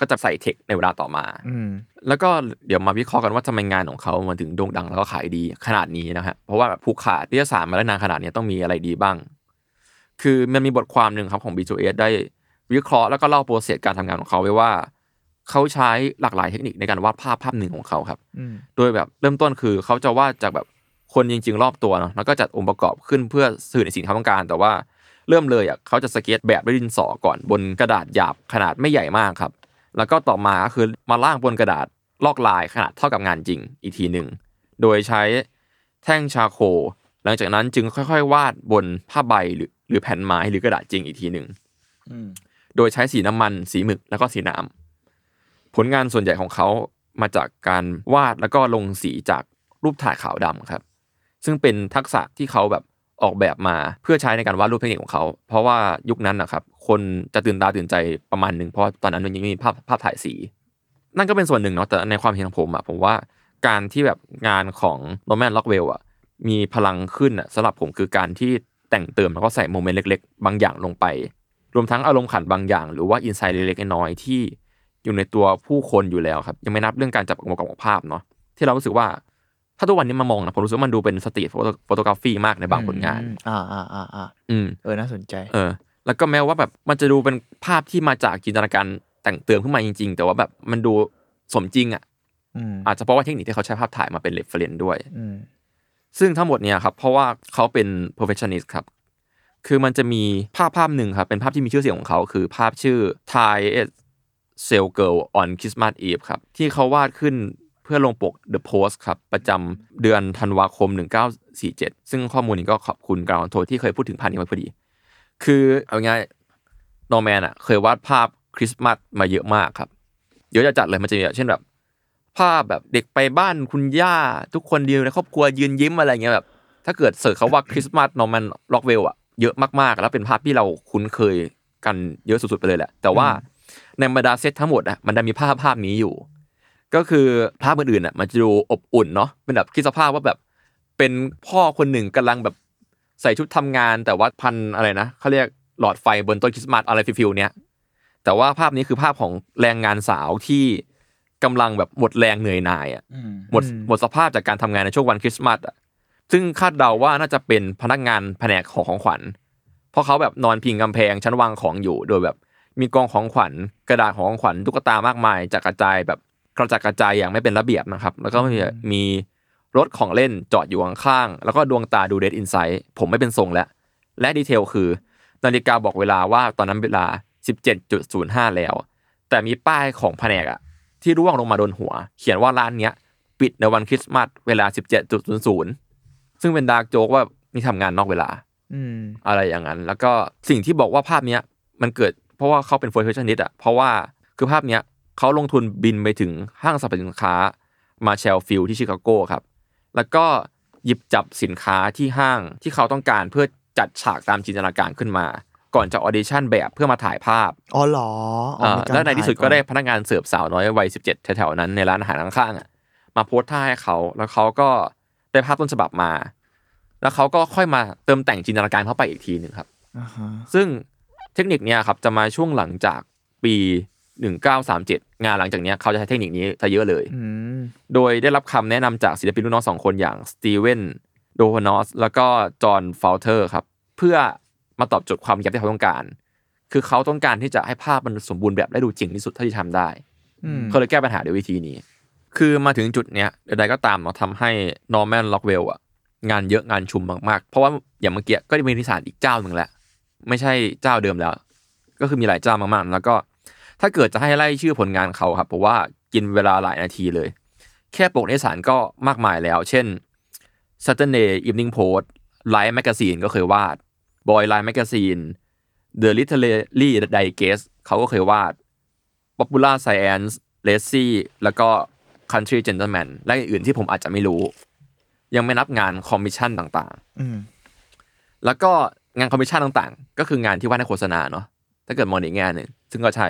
S3: ก็จะใส่เทคในเวลาต่อมา
S4: อืม
S3: แล้วก็เดี๋ยวมาวิเคราะห์กันว่าทำไมงานของเขามันถึงโด่งดังแล้วก็ขายดีขนาดนี้นะฮะเพราะว่าแบบผูกขาดนิตยสารมาแล้วนานขนาดนี้ต้องมีอะไรดีบ้าง คือมันมีบทความหนึ่งครับของ B2S ได้วิเคราะห์แล้วก็เล่าโปรเซสการทำงานของเขาไว้ว่า เขาใช้หลากหลายเทคนิคในการวาดภาพภาพหนึ่งของเขาครับ
S4: อืม
S3: โดยแบบเริ่มต้นคือเขาจะวาดจากแบบคนจริง ๆ รอบตัวเนาะแล้วก็จัดองค์ประกอบขึ้นเพื่อสื่อในสิ่งที่เขาต้องการ แต่ว่าเริ่มเลยอ่ะเขาจะสเก็ตแบบด้วยดินสอก่อนบนกระดาษหยาบขนาดไม่ใหญ่มากครับ แล้วก็ต่อมาก็คือมาล่างบนกระดาษลอกลายขนาดเท่ากับงานจริงอีกทีหนึ่งโดยใช้แท่งชาโคลหลังจากนั้นจึงค่อยๆ วาดบนผ้าใบหรือหรือแผ่นไม้หรือกระดาษจริงอีกทีหนึ่ง
S2: อืม
S3: โดยใช้สีน้ำมัน สีหมึก แล้วก็สีน้ำผลงานส่วนใหญ่ของเขามาจากการวาดแล้วก็ลงสีจากรูปถ่ายขาวดำครับ ซึ่งเป็นทักษะที่เขาแบบออกแบบมาเพื่อใช้ในการวาดรูปเทคนิคของเขา เพราะว่ายุคนั้นนะครับคนจะตื่นตาตื่นใจประมาณหนึ่งเพราะตอนนั้นมันยังไม่มีภาพภาพถ่ายสี นั่นก็เป็นส่วนหนึ่งเนาะแต่ในความเห็นของผมอะผมว่าการที่แบบงานของโรแมนล็อกเวลอะมีพลังขึ้นอะสำหรับผมคือการที่แต่งเติมแล้วก็ใส่โมเมนต์เล็ก ๆ บางอย่างลงไป รวมทั้งอารมณ์ขันบางอย่าง หรือว่าอินไซต์เล็กๆน้อยๆที่อยู่ในตัวผู้คนอยู่แล้วครับ ยังไม่นับเรื่องการจับองค์ประกอบของภาพเนาะที่เรารู้สึกว่าถ้าทุกวันนี้มามองนะผมรู้สึกว่ามันดูเป็นสตรีทโฟโตกราฟีมากในบางผลงาน
S4: อืมอ่าอ่าอ่าอ่า
S3: อืม
S4: เออ น่าสนใจ
S3: เออแล้วก็แม้ว่าแบบมันจะดูเป็นภาพที่มาจากจินตนาการแต่งเติมขึ้นมาจริง ๆ แต่ว่าแบบมันดูสมจริงอ่ะ
S4: อืม
S3: อาจจะเพราะว่าเทคนิคที่เขาใช้ภาพถ่ายมาเป็นเรฟเฟรนด้วย
S4: อืม
S3: ซึ่งทั้งหมดเนี่ยครับเพราะว่าเขาเป็น perfectionist ครับ คือมันจะมีภาพภาพหนึ่งครับ เป็นภาพที่มีชื่อเสียงของเขา คือภาพชื่อ Thai s a l Girl on Christmas Eve ครับ ที่เขาวาดขึ้นเพื่อลงปก The Post ครับ ประจำเดือนธันวาคม 1947 ซึ่งข้อมูลนี้ก็ขอบคุณกราวน์โทที่เคยพูดถึงภาพนี้ไว้พอดี คือเอาง่ายนอร์แมนอ่ะเคยวาดภาพคริสต์มาสมาเยอะมากครับ เยอะจะจัดเลยมันจะมีแบบเช่นแบบ ภาพแบบเด็กไปบ้านคุณย่า ทุกคนเดียวในครอบครัวยืนยิ้มอะไรเงี้ยแบบ ถ้าเกิดเสิร์ชเขาว่าคริสต์มาสนอร์แมนล็อกเวลอะเยอะมากๆ แล้วเป็นภาพที่เราคุ้นเคยกันเยอะสุดๆไปเลยแหละ แต่ว่าในบรรดาเซตทั้งหมดอะมันได้มีภาพภาพนี้อยู่ ก็คือภาพอื่นๆอะมันจะดูอบอุ่นเนาะเป็นแบบคิดสภาพว่าแบบเป็นพ่อคนหนึ่งกำลังแบบใส่ชุดทำงานแต่ว่าพันอะไรนะเขาเรียก หลอดไฟบนต้นคริสต์มาสอะไรฟิลๆเนี้ยแต่ว่าภาพนี้คือภาพของแรงงานสาวที่กำลังแบบหมดแรงเหนื่อยหน่ายอ่ะ
S2: อืม
S3: หมดหมดสภาพจากการทำงานในช่วงวันคริสต์มาสอ่ะ ซึ่งคาดเดาว่าน่าจะเป็นพนักงานแผนกของของขวัญ เพราะเขาแบบนอนพิงกำแพงชั้นวางของอยู่ โดยแบบมีกองของขวัญกระดาษของของขวัญตุ๊กตามากมายจากกระจายแบบกระจัดกระจายอย่างไม่เป็นระเบียบนะครับ แล้วก็มีมีรถของเล่นจอดอยู่ข้างๆ แล้วก็ดวงตาดูเดดอินไซด์ผมไม่เป็นทรงแล้ว และดีเทลคือ นาฬิกาบอกเวลาว่าตอนนั้นเวลา 17.05 แล้ว แต่มีป้ายของแผนกอะที่ร่วงลงมาโดนหัว เขียนว่าร้านเนี้ย ปิดในวันคริสต์มาสเวลา 17.00 ซึ่งเป็นดาร์กโจกว่านี่ทำงานนอกเวลา
S4: อืม
S3: อะไรอย่างนั้น แล้วก็สิ่งที่บอกว่าภาพเนี้ยมันเกิดเพราะว่าเขาเป็นเฟอร์นิเจอร์นิดอะเพราะว่าคือภาพเนี้ยเขาลงทุนบินไปถึงห้างสรรพสินค้ามาเชลฟิลที่ชิคาโกครับ แล้วก็หยิบจับสินค้าที่ห้างที่เขาต้องการเพื่อจัดฉากตามจินตนาการขึ้นมา ก่อนจะออเดชั่นแบบเพื่อมาถ่ายภาพ
S4: อ๋อเหรออ๋อมี
S3: อ่า
S4: การ
S3: แล้วในที่สุด
S4: ถ่าย
S3: ก็ได้
S4: อน
S3: พนักงานเสิร์ฟสาวน้อยวัยสิบเจ็ดแถวๆนั้นในร้านอาหารข้างๆอ่ะมาโพสท่าให้เขาแล้วเขาก็ได้ภาพต้นฉบับมา แล้วเขาก็ค่อยมาเติมแต่งจินตนาการเข้าไปอีกทีหนึ่งครับ ซึ่งเทคนิคเนี้ยครับจะมาช่วงหลังจากปี 1937 งานหลังจากเนี้ยเขาจะใช้เทคนิคนี้ซะเยอะเลย
S4: อืม
S3: โดยได้รับคำแนะนำจากศิลปินรุ่นน้องสองคนอย่างสตีเวนโดฮานอสแล้วก็จอห์นฟาวเทอร์ครับ เพื่อมาตอบโจทย์ความอยากที่เขาต้องการ คือเขาต้องการที่จะให้ภาพมันสมบูรณ์แบบและดูจริงที่สุดเท่าที่ทำได้
S4: อืม
S3: เขาเลยแก้ปัญหาด้วยวิธีนี้ คือมาถึงจุดเนี้ยใดๆก็ตามเนาะทำให้นอร์แมนล็อกเวลอะงานเยอะงานชุมมากๆ เพราะว่าอย่างเมื่อกี้ก็มีนิสานอีกเจ้าหนึ่งแหละ ไม่ใช่เจ้าเดิมแล้ว ก็คือมีหลายเจ้ามากๆ แล้วก็ ถ้าเกิดจะให้ไล่ชื่อผลงานเขาครับเพราะว่ากินเวลาหลายนาทีเลย แค่ปกนิสานก็มากมายแล้ว เช่น Saturday Evening Post ไลฟ์แมกกาซีนก็เคยวาด Boy Line Magazine The Literary Digest เขาก็เคยวาด Popular Science l a c y แล้วก็ Country Gentleman และอื่นๆที่ผมอาจจะไม่รู้ ยังไม่นับงานคอมมิชชั่นต่าง
S4: อืม
S3: ๆ แล้วก็งานคอมมิชชั่นต่างๆ ก็คืองานที่วาดในโฆษณาเนาะถ้าเกิดมองในอีกแง่หนึ่งซึ่งก็ใช่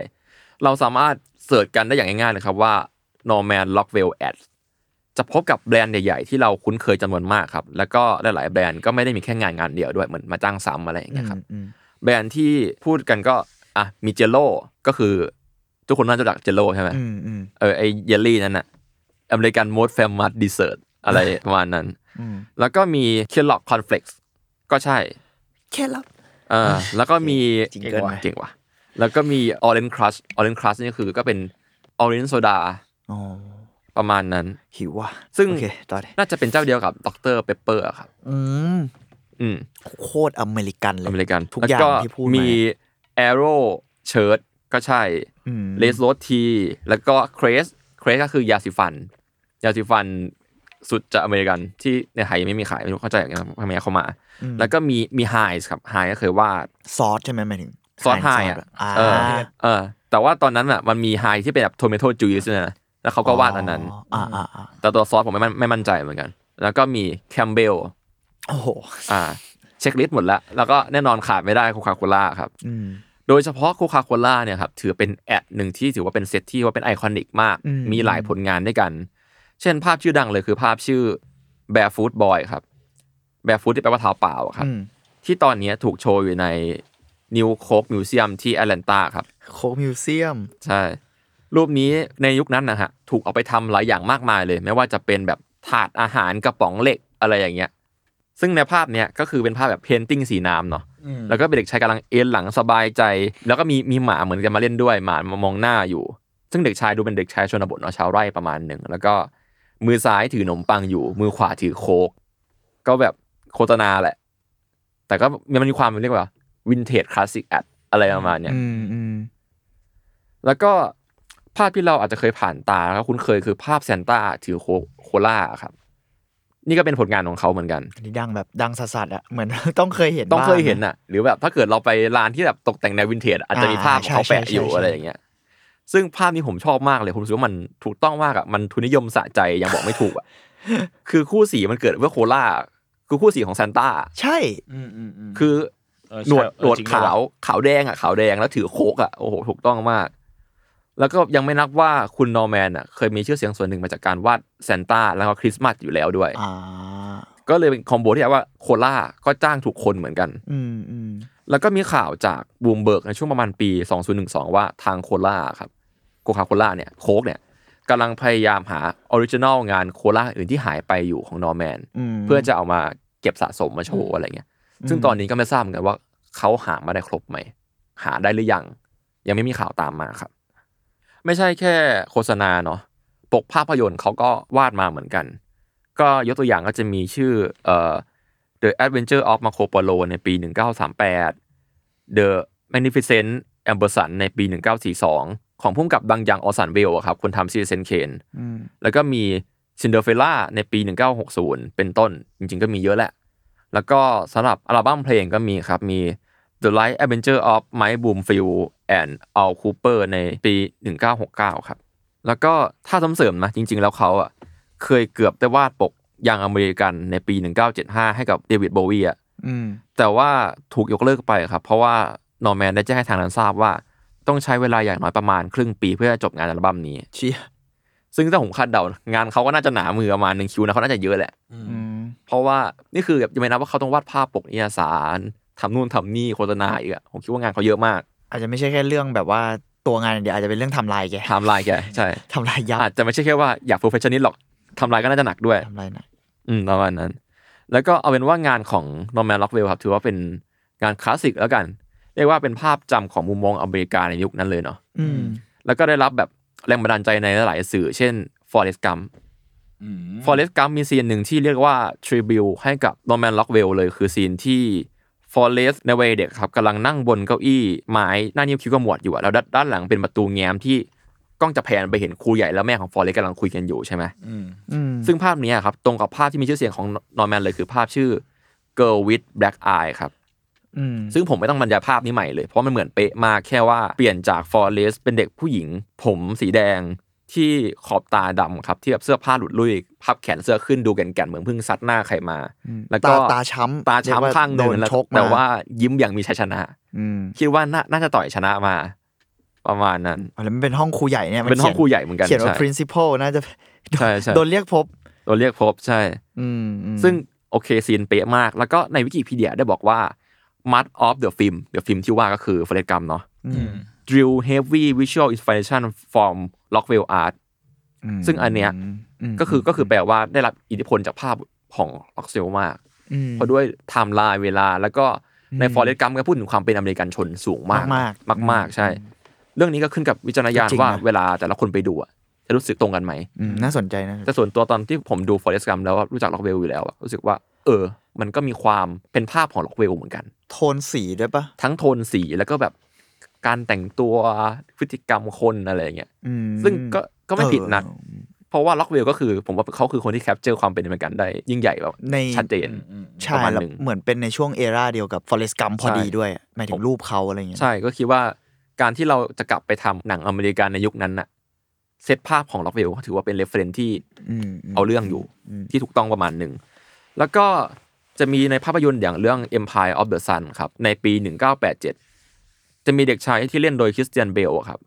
S3: เราสามารถเสิร์ชกันได้อย่างง่ายๆเลยครับว่า Norman Rockwell Ads จะพบกับแบรนด์ใหญ่ๆ ที่เราคุ้นเคยจำนวนมากครับ แล้วก็หลายๆแบรนด์ก็ไม่ได้มีแค่งานงานเดียวด้วยเหมือนมาจ้างซ้ำอะไรอย่างเงี้ยครับ
S4: อืม
S3: แบรนด์ที่พูดกันก็อ่ะมีเจลโล่ก็คือ ทุกคนน่าจะรู้จักเจลโล่ใช่ไหม
S4: อืม อืม
S3: เออไอเยลลี่นั่นน่ะอเมริกันมดแฟมมัสดีเซอร์ตอะไร ประมาณนั้น *laughs*
S4: อืม
S3: แล้วก็มีเคลล็อกคอนเฟล็กซ์ก็ใช่
S4: แค่รับ
S3: เออแล้วก็มี
S4: จริงเกิน
S3: ว่ะเก่งว่ะแล้วก็มีออเรนครัชออเรนครัชนี่คือก็เป็นออเรนโซดา
S4: อ๋อ
S3: ประมาณนั้น
S4: หิวว่ะ
S3: ซึ่ง
S4: โอเคต่อเลย
S3: น่าจะเป็นเจ้าเดียวกับดรเปเปอร์ครับ
S4: อืม
S3: อืม
S4: โคตรอเมริกันเลย
S3: อเมริกัน
S4: ทุก
S3: แล้ว
S4: อย่าง
S3: ก็
S4: ที่พูด
S3: มี
S4: มา
S3: แอโร่เชิร์ตก็ใช่
S4: อืม
S3: เลสโรสทีแล้วก็เครสเครสก็คือยาสีฟัน ยาสีฟันสุดจะอเมริกันที่ในไทยยังไม่มีขายไม่รู้เข้าใจยังไงทำไมเขามา แล้วก็มีมีไฮส์ครับไฮก็เคยวาด
S4: ซอสใช่ไหมหมายถึง
S3: ซอสไฮอ่ะ
S4: อ่า
S3: เออเออ แต่ว่าตอนนั้นอ่ะมันมีไฮที่เป็นแบบโทเมโตจูสนะแล้วเขาก็วาดอันนั้น
S4: อ่าอ่าอ่า
S3: แต่ตัวซอสผมไม่มั่นไม่มั่นใจเหมือนกัน แล้วก็มีแคมเบล
S4: โอ้โห
S3: อ่าเช็คลิสต์หมดแล้ว แล้วก็แน่นอนขาดไม่ได้โคคาโคล่าครับ
S4: อืม
S3: โดยเฉพาะโคคาโคล่าเนี่ยครับถือเป็นแอดหนึ่งที่ถือว่าเป็นเซตที่ว่าเป็นไอคอนิกมาก
S4: อืม
S3: มีหลายผลงานด้วยกัน เช่นภาพชื่อดังเลยคือภาพชื่อ Barefoot Boy ครับ Barefoot ที่แปลว่าเท้าเปล่าอะครับ
S4: อืม
S3: ที่ตอนนี้ถูกโชว์อยู่ในนิวโคกมิวเซียมที่แอตแลนตาครับ
S4: โคกมิวเซียม
S3: ใช่ รูปนี้ในยุคนั้นนะฮะถูกเอาไปทำหลายอย่างมากมายเลย ไม่ว่าจะเป็นแบบถาดอาหารกระป๋องเหล็กอะไรอย่างเงี้ย ซึ่งในภาพเนี้ยก็คือเป็นภาพแบบเพนติ้งสีน้ำเนาะ แล้วก็เป็นเด็กชายกำลังเอนหลังสบายใจ แล้วก็มีมีหมาเหมือนกันมาเล่นด้วยหมามามองหน้าอยู่ ซึ่งเด็กชายดูเป็นเด็กชายชนบทเนาะชาวไร่ประมาณหนึ่งแล้วก็มือซ้ายถือขนมปังอยู่ มือขวาถือโคก ก็แบบโฆษณาแหละ แต่ก็มันมีความเรียกว่าวินเทจคลาสสิกแอดอะไรประมาณเนี้ย
S4: อืมอืม
S3: แล้วก็ภาพที่เราอาจจะเคยผ่านตาแล้วก็คุ้นเคยคือภาพแซนต้าถือโคโคล่าครับ นี่ก็เป็นผลงานของเขาเหมือนกัน
S4: อันนี้ดังแบบดังสัสๆอ่ะ เหมือน *laughs* ต้องเคยเห็น
S3: ต้องเคย
S4: บ้า
S3: เห็นอ่ะ หรือแบบถ้าเกิดเราไปร้านที่แบบตกแต่งในววินเทจอะอาจจะมีภาพของเขา
S4: อ่าใช่
S3: แปะอยู่
S4: ใช่ใช่
S3: อะไรอย่างเงี้ย ซึ่งภาพนี้ผมชอบมากเลย ผมรู้สึกว่ามันถูกต้องมากอ่ะมันทุนนิยมสะใจยังบอกไม่ถูกอ่ะ คือคู่สีมันเกิดเพื่อโคล่าคือคู่สีของแซนต้า
S4: ใช่
S2: อืมอืมอืม
S3: คือ
S2: เออ
S3: หนวด
S2: ใช่
S3: หนว
S2: เออ
S3: ด
S2: จริง
S3: ขาวขาวแดงอ่ะขาวแดงแล้วถือโคกอ่ะโอ้โหถูกต้องมาก แล้วก็ยังไม่นับว่าคุณนอร์แมนอ่ะเคยมีชื่อเสียงส่วนหนึ่งมาจากการวาดแซนต้าแล้วก็คริสต์มาสอยู่แล้วด้วย
S4: อ่า
S3: ก็เลยเป็นคอมโบที่เรียกว่าโคล่าก็จ้างถูกคนเหมือนกัน
S4: อืมอืม
S3: แล้วก็มีข่าวจากบูมเบิร์กในช่วงประมาณปี 2012 ว่าทางโคลาครับโคคาโคลาเนี่ยโคกเนี่ยกำลังพยายามหาออริจินอลงานโคลาอื่นที่หายไปอยู่ของนอร์แมน
S4: ม
S3: เพื่อจะเอามาเก็บสะสมมาโชว์อะไรเงี้ย
S4: อืม
S3: ซึ่งตอนนี้ก็ไม่ทราบเหมือนกันว่าเขาหามาได้ครบไหม หาได้หรือยัง ยังไม่มีข่าวตามมาครับ ไม่ใช่แค่โฆษณาเนาะ ปกภาพยนตร์เขาก็วาดมาเหมือนกัน ก็ยกตัวอย่างก็จะมีชื่อเอ่อ The Adventure of Marco Polo ในปี 1938 The Magnificent Amberson ในปี 1942 ของพุ่มกับดังอย่างออสันเวลครับ คนทำซีเซนเคน
S4: อืม
S3: แล้วก็มีซินเดอเรลล่าในปี 1960 เป็นต้น จริงๆ ก็มีเยอะแหละ แล้วก็สำหรับอัลบั้มเพลงก็มีครับ มี The Life Adventure of Mike Bloomfield and Al Cooper ในปี 1969 ครับ แล้วก็ถ้าสำเสริมนะ จริง ๆ แล้วเขาอ่ะเคยเกือบได้วาดปกยังอเมริกันในปี 1975 ให้กับเดวิดโบวีอ่ะ
S4: อืม
S3: แต่ว่าถูกยกเลิกไปครับ เพราะว่านอร์แมนได้แจ้งให้ทางนั้นทราบว่า ต้องใช้เวลาอย่างน้อยประมาณครึ่งปีเพื่อจะจบงานอัลบั้มนี้
S4: เชีย
S3: ซึ่งถ้าผมคาดเดานะงานเขาก็น่าจะหนามือประมาณหนึ่งคิวนะเขาน่าจะเยอะแหละ
S4: อืม
S3: เพราะว่านี่คือแบบยังไม่นับว่าเขาต้องวาดภาพปกนิยสารทำนู่นทำนี่โฆษณาอีกอะผมคิดว่างานเขาเยอะมาก
S4: อาจจะไม่ใช่แค่เรื่องแบบว่าตัวงานอย่างเดียวอาจจะเป็นเรื่องไทำลายแก
S3: ไทม์ไลน์แกใช่
S4: ไทำลายยับ
S3: อาจจะไม่ใช่แค่ว่าอยาก perfectionist หรอกไทำลายก็น่าจะหนักด้วย
S4: ไทำลายหนะ
S3: อืมประมาณนั้น แล้วก็เอาเป็นว่างานของนอร์แมนล็อกเวลครับ ถือว่าเป็นงานคลาสสิกแล้วกัน เรียกว่าเป็นภาพจำของมุมมองอเมริกาในยุคนั้นเลยเนาะ
S4: อืม
S3: แล้วก็ได้รับแบบแรงบันดาลใจในหลายๆสื่อ เช่น Forrest Gump ฟอเรสต์กัมมีซีนหนึ่งที่เรียกว่าทริบิวให้กับโนแมนล็อกเวลเลยคือซีนที่ฟอเรสต์ในวัยเด็กครับกำลังนั่งบนเก้าอี้ไม้หน้านิ้วคิ้วกมวดอยู่อะแล้วด้านด้านหลังเป็นประตูแง้มที่กล้องจะแพนไปเห็นครูใหญ่แล้วแม่ของฟอเรสต์กำลังคุยกันอยู่ใช่ไหม
S4: อืม
S3: ซึ่งภาพเนี้ยครับตรงกับภาพที่มีชื่อเสียงของนอร์แมนเลยคือภาพชื่อ Girl with Black Eye ครับ
S4: อืม
S3: ซึ่งผมไม่ต้องบรรยายภาพนี้ใหม่เลย เพราะมันเหมือนเป๊ะมากแค่ว่าเปลี่ยนจากฟอเรสเป็นเด็กผู้หญิง ผมสีแดงที่ขอบตาดำครับที่แบบเสื้อผ้าหลุดลุยพับแขนเสื้อขึ้นดูแก่นๆเหมือนเพิ่งซัดหน้าใครมา แล้วก็
S4: ตาตาช้ำ
S3: ตา
S4: เรียกว่
S3: ช้ำข้างห
S4: โด
S3: นึ่ง
S4: น
S3: แล้ว
S4: ชกม
S3: แต่ว่ายิ้มอย่างมีชัยชนะ
S4: อืม
S3: คิดว่าน่าน่าจะต่อยชนะมา ประมาณนั้น
S4: อ๋อแล้วมันเป็นห้องครูใหญ่เนี่ยมั
S3: เป็นห้อง
S4: ขีย
S3: ครูใหญ่เหมือนกัน
S4: เขียนว่า
S3: ใช่
S4: principal น่าจะ *laughs*
S3: ใช่ใช่
S4: โดนเรียกพบ
S3: ตัวเรียกพบใช่
S4: อืมอืม
S3: ซึ่งโอเคซีนเป๊ะมาก แล้วก็ในวิกิพีเดียได้บอกว่า mud of the film the film ที่ว่าก็คือเฟรดกัมเนาะ
S4: อืม
S3: drill heavy visual inspiration from Rockwell art ซึ่งอันเนี้ย
S4: ม
S3: ก็คือก็คือแปลว่าได้รับอิทธิพลจากภาพของ Rockwell มาก
S4: อืม
S3: เพราะด้วยไทม์ไลน์เวลาแล้วก็ใน
S4: อืม
S3: ฟอร์เรสต์กัมก็พูดถึงความเป็นอเมริกันชนสูงมาก
S4: มากๆ
S3: มากๆใช่ เรื่องนี้ก็ขึ้นกับวิจารณญาณ
S4: จริง
S3: ว่า
S4: นะ
S3: เวลาแต่ละคนไปดูอะจะรู้สึกตรงกันไหม
S4: อืมน่าสนใจนะ
S3: แต่ส่วนตัวตอนที่ผมดูฟอร์เรสต์กัมแล้วรู้จักล็อกเวลอยู่แล้วอะรู้สึกว่า เออ มันก็มีความเป็นภาพของล็อกเวลเหมือนกัน
S4: โทนสีด้วยปะ
S3: ทั้งโทนสีแล้วก็แบบการแต่งตัวพฤติกรรมคนอะไรอย่างเงี้ย
S4: อืม
S3: ซึ่งก็ก็ไม่ผิดนะ
S4: เออ
S3: เพราะว่าล็อกเวลก็คือ ผมว่าเขาคือคนที่แคปเจอร์ความเป็นอเมริกันได้ยิ่งใหญ่แบบ
S4: ใน
S3: ชัดเจน
S4: ใช่
S3: ประมาณ
S4: แล้ว
S3: หนึ่ง
S4: เหมือนเป็นในช่วงเอราเดียวกับฟอเรสกัมพอดี
S3: ใช่
S4: ด้วยอะหมายถึงรูปเขาอะไรอย่างเงี้ย
S3: ใช่ก็คิดว่าการที่เราจะกลับไปทำหนังอเมริกันในยุคนั้นน่ะเซตภาพของล็อกเวลก็ถือว่าเป็นเรฟเฟนที่
S4: อืมม
S3: เอาเรื่องอยู่
S4: อืม
S3: ที่ถูกต้องประมาณหนึ่ง แล้วก็จะมีในภาพยนตร์อย่างเรื่อง Empire of the Sun ครับ ในปี 1987 จะมีเด็กชายที่เล่นโดยคริสเตียนเบลครับ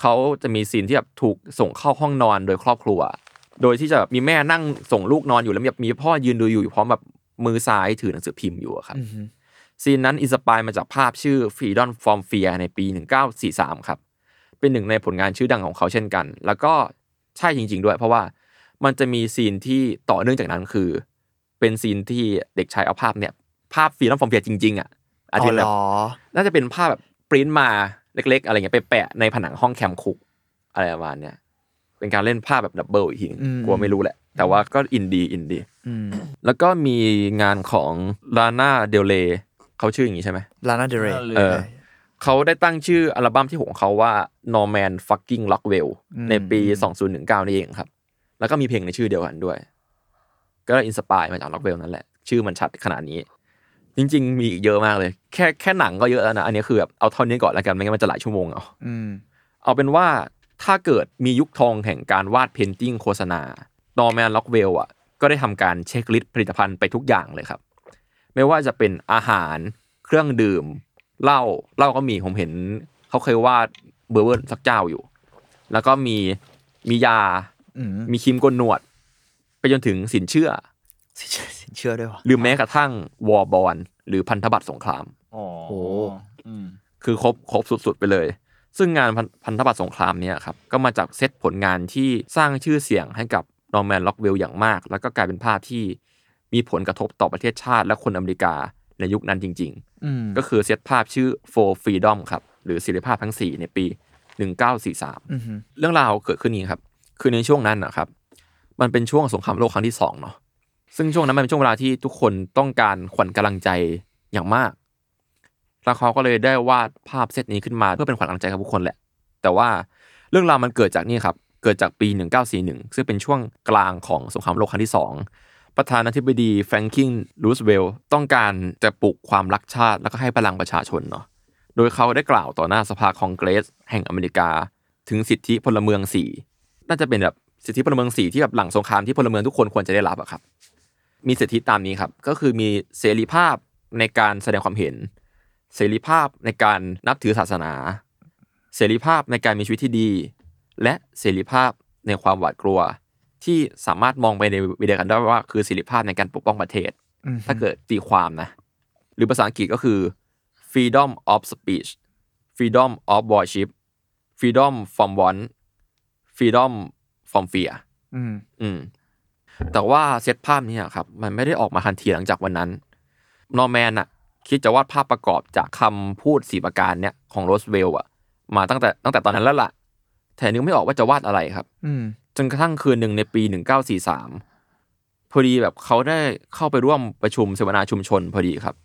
S3: เขาจะมีซีนที่แบบถูกส่งเข้าห้องนอนโดยครอบครัว โดยที่จะมีแม่นั่งส่งลูกนอนอยู่แล้วแบบมีพ่อยืนดูอยู่พร้อมแบบมือซ้ายถือหนังสือพิมพ์อยู่อะครับ
S4: อือหือ
S3: ซีนนั้นอินสปายมาจากภาพชื่อ Freedom from Fear ในปี 1943 ครับ เป็นหนึ่งในผลงานชื่อดังของเขาเช่นกัน แล้วก็ใช่จริง ๆ ด้วย เพราะว่ามันจะมีซีนที่ต่อเนื่องจากนั้นคือ เป็นซีนที่เด็กชายเอาภาพเนี่ย ภาพ Freedom from Fear จริง ๆ อ่ะ
S4: อ๋
S3: อาจจะ
S4: อ
S3: เป็นแบ
S4: เหร
S3: บ
S4: อ
S3: น่าจะเป็นภาพแบบปริ้นมาเล็ก ๆ อะไรเงี้ยไปแปะในผนังห้องแคมป์คุกอะไรประมาณเนี่ยเป็นการเล่นภาพแบบดับเบิลอีกทีหนึ่งกลัวไม่รู้แหละ แต่ว่าก็อินดีอินดี
S4: อืม
S3: แล้วก็มีงานของลาน่าเดลเลเขาชื่ออย่างนี้ใช่ไหม
S4: ลานาเดเรย์
S3: เออเขาได้ตั้งชื่ออัลบั้มที่หกของเขาว่า Norman Fucking Rockwell ในปี 2019 นี่เองครับ แล้วก็มีเพลงในชื่อเดียวกันด้วย ก็อินสปายมาจาก Rockwell นั่นแหละ ชื่อมันชัดขนาดนี้ จริง ๆ มีอีกเยอะมากเลย แค่แค่หนังก็เยอะแล้วนะ อันนี้คือแบบเอาเท่านี้ก่อนแล้วกัน ไม่งั้นมันจะหลายชั่วโมงเอา
S4: อืม
S3: เอาเป็นว่าถ้าเกิดมียุคทองแห่งการวาดเพนติ้งโฆษณา นอร์แมนล็อกเวลอ่ะ ก็ได้ทำการเช็คลิสต์ผลิตภัณฑ์ไปทุกอย่างเลยครับ ไม่ว่าจะเป็นอาหาร เครื่องดื่ม เหล้า เหล้าก็มี ผมเห็น เขาเคยวาดเบอร์เวอร์สักเจ้าอยู่ แล้วก็มี มียา
S4: อืม
S3: มีครีมโกนหนวด ไปจนถึงสินเชื่อ
S4: สินเชื่อสินเชื่อด้วยวะ
S3: หรือแม้กระทั่งวอร์บอลหรือพันธบัตรสงคราม
S2: อ๋อ
S3: โอ้
S2: อืม
S3: คือครบครบสุดๆไปเลย ซึ่งงานพันพันธบัตรสงครามเนี่ยครับก็มาจากเซตผลงานที่สร้างชื่อเสียงให้กับนอร์แมนล็อกเวลอย่างมาก แล้วก็กลายเป็นภาพที่มีผลกระทบต่อประเทศชาติและคนอเมริกาในยุคนั้นจริง
S2: อืม
S3: ๆ ก็คือเซตภาพชื่อ For Freedom ครับ หรือศิลปภาพทั้ง 4 ในปี 1943
S4: อือหือ
S3: เรื่องราวเกิดขึ้นอย่างนี้ครับ คือในช่วงนั้นนะครับ มันเป็นช่วงสงครามโลกครั้งที่สองเนาะ ซึ่งช่วงนั้นมันเป็นช่วงเวลาที่ทุกคนต้องการขวัญกำลังใจอย่างมาก แล้วเขาก็เลยได้วาดภาพเซตนี้ขึ้นมาเพื่อเป็นขวัญกำลังใจกับทุกคนแหละ แต่ว่าเรื่องราวมันเกิดจากนี่ครับ เกิดจากปี 1941 ซึ่งเป็นช่วงกลางของสงครามโลกครั้งที่สองประธานาธิบดีแฟรงคลินรูสเวลต์ต้องการจะปลุกความรักชาติแล้วก็ให้พลังประชาชนเนาะ โดยเขาได้กล่าวต่อหน้าสภาคองเกรส แห่งอเมริกา ถึงสิทธิพลเมืองสี่น่าจะเป็นแบบสิทธิพลเมืองสี่ที่แบบหลังสงครามที่พลเมืองทุกคนควรจะได้รับอะครับ มีสิทธิตามนี้ครับ ก็คือมีเสรีภาพในการแสดงความเห็น เสรีภาพในการนับถือศาสนา เสรีภาพในการมีชีวิตที่ดี และเสรีภาพในความหวาดกลัว ที่สามารถมองไปในวิดีโอกันได้ว่าคือเสรีภาพในการปกป้องประเทศ
S4: อือหือ
S3: ถ้าเกิดตีความนะ หรือภาษาอังกฤษก็คือ freedom of speech freedom of worship freedom from want freedom from fear
S4: อืม
S3: อืม แต่ว่าเซตภาพเนี้ครับ มันไม่ได้ออกมาทันทีหลังจากวันนั้น นอร์แมนอะคิดจะวาดภาพประกอบจากคำพูดสีประการเนี่ยของโรสเวลล์อะมาตั้งแต่ตั้งแต่ตอนนั้นแล้วล่ะ แต่นึกไม่ออกว่าจะวาดอะไรครับ
S4: อืม
S3: จนกระทั่งคืนหนึ่งในปี 1943 พอดีแบบเขาได้เข้าไปร่วมประชุมเสวนาชุมชนพอดีครับ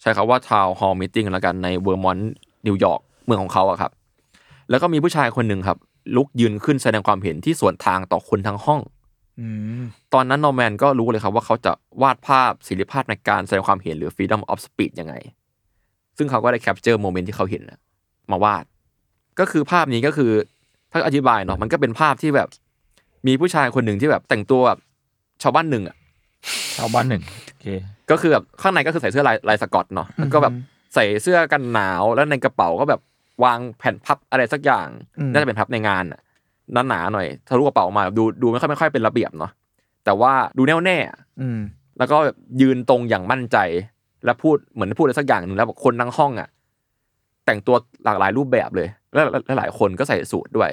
S3: ใช้คำว่า Town Hall Meeting แล้วกันในเวอร์มอนต์นิวยอร์กเมืองของเขาอะครับ แล้วก็มีผู้ชายคนหนึ่งครับ ลุกยืนขึ้นแสดงความเห็นที่สวนทางต่อคนทั้งห้อง
S4: อืม
S3: ตอนนั้นนอร์แมนก็รู้เลยครับว่าเขาจะวาดภาพศิลปภาพในการแสดงความเห็นหรือ Freedom of Speech ยังไง ซึ่งเขาก็ได้แคปเจอร์โมเมนต์ที่เขาเห็นน่ะมาวาด ก็คือภาพนี้ก็คือถ้าอธิบายเนาะมันก็เป็นภาพที่แบบ มีผู้ชายคนหนึ่งที่แบบแต่งตัวแบบชาวบ้านหนึ่งอ่ะ
S2: ชาวบ้านหนึ่งโอเค
S3: ก็คือแบบข้างในก็คือใส่เสื้อลายลายสกอตเนาะแล้วก็แบบใส่เสื้อกันหนาวแล้วในกระเป๋าก็แบบวางแผ่นพับอะไรสักอย่างน่าจะเป็นพับในงานน่ะหนาๆหน่อยทะลุกระเป๋ามาดูดูไม่ค่อยไม่ค่อยเป็นระเบียบเนาะแต่ว่าดูแน่วแน่
S4: อืม
S3: แล้วก็แบบยืนตรงอย่างมั่นใจ และพูดเหมือนพูดอะไรสักอย่างหนึ่งแล้วแบบคนทั้งห้องอ่ะ แต่งตัวหลากหลายรูปแบบเลย และและหลายคนก็ใส่สูทด้วย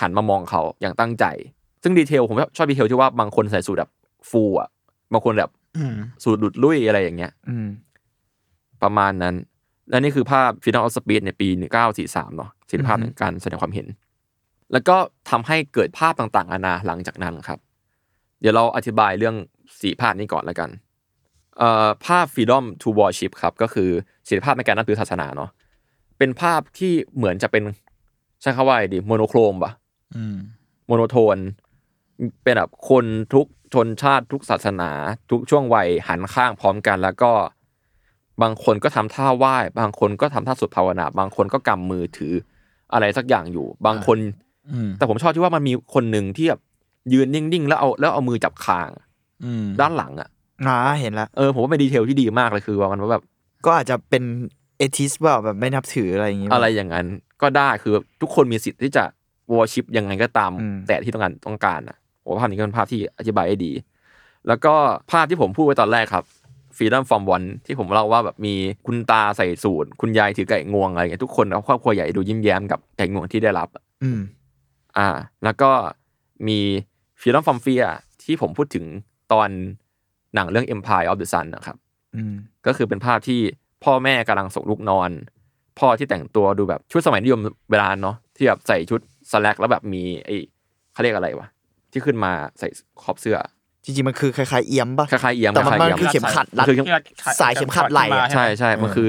S3: หันมามองเขาอย่างตั้งใจ ซึ่งดีเทลผมชอบดีเทลที่ว่าบางคนใส่สูทแบบฟูอ่ะบางคนแบบ
S2: อืม
S3: สูทหลุดลุ่ยอะไรอย่างเงี้ย
S4: อืม
S3: ประมาณนั้น และนี่คือภาพ Freedom of Speech ในปี 1943 เนาะศิลปภาพในการแสดงความเห็น แล้วก็ทำให้เกิดภาพต่างๆนานาหลังจากนั้นครับ เดี๋ยวเราอธิบายเรื่องสีภาพนี้ก่อนแล้วกันเอ่อภาพ Freedom to Worship ครับ ก็คือศิลปภาพในการนับถือศาสนาเนาะเป็นภาพที่เหมือนจะเป็นใช้คำว่าอะไรดีโมโนโครมปะ
S2: อืม
S3: โมโนโทน เป็นแบบคนทุกชนชาติทุกศาสนา ทุกช่วงวัยหันข้างพร้อมกัน แล้วก็บางคนก็ทำท่าไหว้ บางคนก็ทำท่าสวดภาวนา บางคนก็กำมือถืออะไรสักอย่างอยู่ บางคน
S2: อืม
S3: แต่ผมชอบที่ว่ามันมีคนหนึ่งที่แบบยืนนิ่งๆ แล้วเอาแล้วเอามือจับคาง
S2: อืม
S3: ด้านหลังอ่ะ
S4: อ่าเห็นละ
S3: เออผมว่าเป็นดีเทลที่ดีมากเลยคือว่ามันว่าแบบ
S4: ก็อาจจะเป็นเอทิสเปล่าแบบไม่นับถืออะไรอย่างงี้
S3: อะไรอย่างนั้นก็ได้คือแบบทุกคนมีสิทธิ์ที่จะวอชิปยังไงก็ตาม
S4: อืม
S3: แต่ที่ต้องการต้องการอ่ะผมว่าภาพนี้ก็เป็นภาพที่อธิบายได้ดี แล้วก็ภาพที่ผมพูดไว้ตอนแรกครับฟรีดัมฟอร์มวันที่ผมเล่าว่าแบบมีคุณตาใส่สูทคุณยายถือไก่งวงอะไรอย่างเงี้ยทุกคนแล้วครอบครัวใหญ่ดูยิ้มแย้มกับไก่งวงที่ได้รับ
S4: อืม
S3: อ่า แล้วก็มีฟรีดัมฟอร์มเฟียที่ผมพูดถึงตอนหนังเรื่อง Empire of the Sun นะครับ
S4: อืม
S3: ก็คือเป็นภาพที่พ่อแม่กำลังส่งลูกนอน พ่อที่แต่งตัวดูแบบชุดสมัยนิยมเวลานั้นเนาะที่แบบใส่ชุดสแลกแล้วแบบมีไอ้เขาเรียกอะไรวะที่ขึ้นมาใส่ขอบเสื้อ
S4: จริงๆมันคือคล้ายๆเอียมปะ
S3: คล้ายๆเอียม
S4: แต่มั
S3: ค
S4: น
S3: ล้ายๆเอียม
S4: คือเข็มขัดรัด
S3: คือเข็ม
S4: สายเข็มขัดไหล่อะ
S3: ใช่ใช่
S4: เออ
S3: มันคือ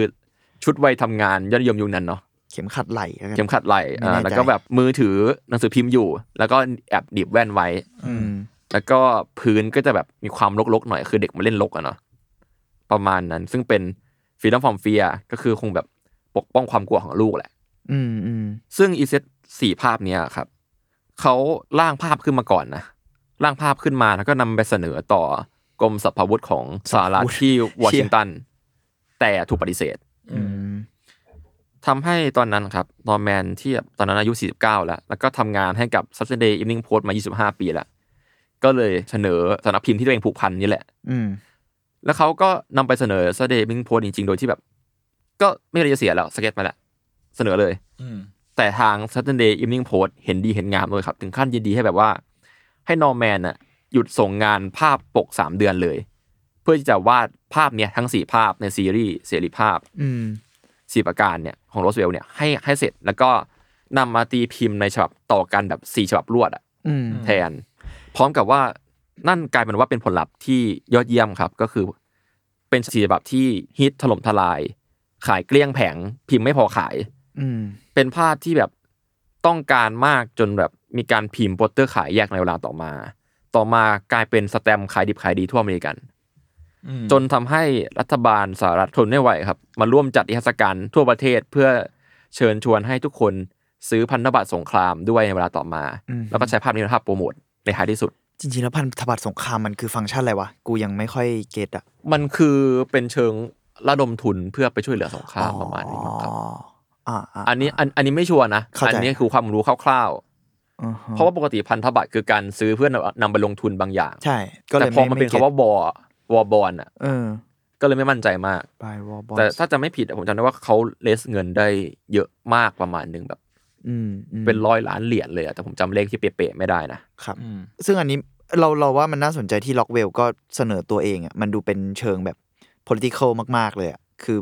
S3: ชุดวัยทำงานยอดนิยมยุคนั้นเนาะ
S4: เข็มขัดไหลแล้วกัน
S3: เข็มขัดไหลอ่า
S4: ไม่แน่ใจ
S3: แล้วก็แบบมือถือหนังสือพิมพ์อยู่ แล้วก็แอบดีบแว่นไว้
S4: อืม
S3: แล้วก็พื้นก็จะแบบมีความรกๆหน่อย คือเด็กมาเล่นรกอะเนาะ ประมาณนั้น ซึ่งเป็นฟ e ด o m ฟอร์มเฟียก็คือคงแบบปกป้องความกลัวของลูกแหละ
S4: อืมอืม
S3: ซึ่งอีเซตสี่ภาพเนี้ยครับ เขาร่างภาพขึ้นมาก่อนนะ ร่างภาพขึ้นมาแล้วก็นำไปเสนอต่อกรมสรรพาวุธของสหรัฐที่วอชิงตัน แต่ถูกปฏิเสธ
S2: อื
S4: อื
S2: ม
S4: ม
S3: ทำให้ตอนนั้นครับนอร์แมนที่ตอนนั้นอายุ 49 แล้ว แล้วก็ทำงานให้กับ Saturday Evening Post มา 25 ปีแล้ว ก็เลยเสนอสำนักพิมพ์ที่ตัวเองผูกพันนี่แหละ
S4: อืม
S3: แล้วเขาก็นำไปเสนอ Saturday Evening Post จริง ๆ โดยที่แบบ ก็ไม่มีอะไรจะเสียแล้วสเก็ตมาแล้วเสนอเลย
S2: อืม
S3: แต่ทาง Saturday Evening Post เห็นดีเห็นงามเลยครับ ถึงขั้นยินดีให้แบบว่า ให้นอร์แมนน่ะหยุดส่งงานภาพปก 3 เดือนเลย เพื่อที่จะวาดภาพเนี่ยทั้ง 4 ภาพในซีรีส์เสรีภาพ
S4: อืม
S3: 4 ประการเนี่ยของโรสเวลเนี่ยให้ให้เสร็จแล้วก็นำมาตีพิมพ์ในฉบับต่อกันแบบ 4 ฉบับรวดอะ
S4: อืม
S3: แทน พร้อมกับว่านั่นกลายเป็นว่าเป็นผลลัพธ์ที่ยอดเยี่ยมครับ ก็คือ เป็นสีฉบับที่ฮิตถล่มทลาย ขายเกลี้ยงแผง พิมพ์ไม่พอขาย
S4: อืม
S3: เป็นภาพที่แบบต้องการมากจนแบบมีการพิมพ์โปสเตอร์ขายแยกในเวลาต่อมา ต่อมากลายเป็นสแตมป์ขายดิบขายดีทั่วอเมริกัน
S2: อืม
S3: จนทำให้รัฐบาลสหรัฐทนไม่ไหวครับ มาร่วมจัดนิทรรศการทั่วประเทศเพื่อเชิญชวนให้ทุกคนซื้อพันธบัตรสงครามด้วยในเวลาต่อมา
S4: อืม
S3: แล้วก็ใช้ภาพนี้เป็นภาพโปรโมทในท้ายที่สุด
S4: จริงๆ แล้วพันธบัตรสงครามมันคือฟังก์ชันอะไรวะ กูยังไม่ค่อยเก็ตอ่ะ
S3: มันคือเป็นเชิงระดมทุนเพื่อไปช่วยเหลือสงครามประมาณนี้มั้งครับ
S4: อ๋ออ่าา
S3: อันนี้อันอันนี้ไม่ชัวร์นะ
S4: เข้าใจ
S3: อันนี้คือความรู้คร่าว
S4: อือฮ
S3: ๆ เพราะว่าปกติพันธบัตรคือการซื้อเพื่อนำนำไปลงทุนบางอย่าง
S4: ใช่ ก็เล
S3: แต่
S4: ย
S3: พอ
S4: ไไ
S3: มันเป็น
S4: ก็ต
S3: คำว่าบอวอบอลอ่ะ
S4: เออ
S3: ก็เลยไม่มั่นใจมาก
S4: บายวอลบอล
S3: แต่ถ้าจะไม่ผิดอะผมจำได้ว่าเขาเลสเงินได้เยอะมากประมาณหนึ่งแบบ
S4: อืมอืม
S3: เป็นร้อยล้านเหรียญเลยอะแต่ผมจำเลขที่เป๊ะๆไม่ได้นะครับ
S2: อืม
S4: ซึ่งอันนี้เราเราว่ามันน่าสนใจที่ล็อกเวลก็เสนอตัวเองอ่ะมันดูเป็นเชิงแบบ political มาก ๆ เลยอ่ะคือ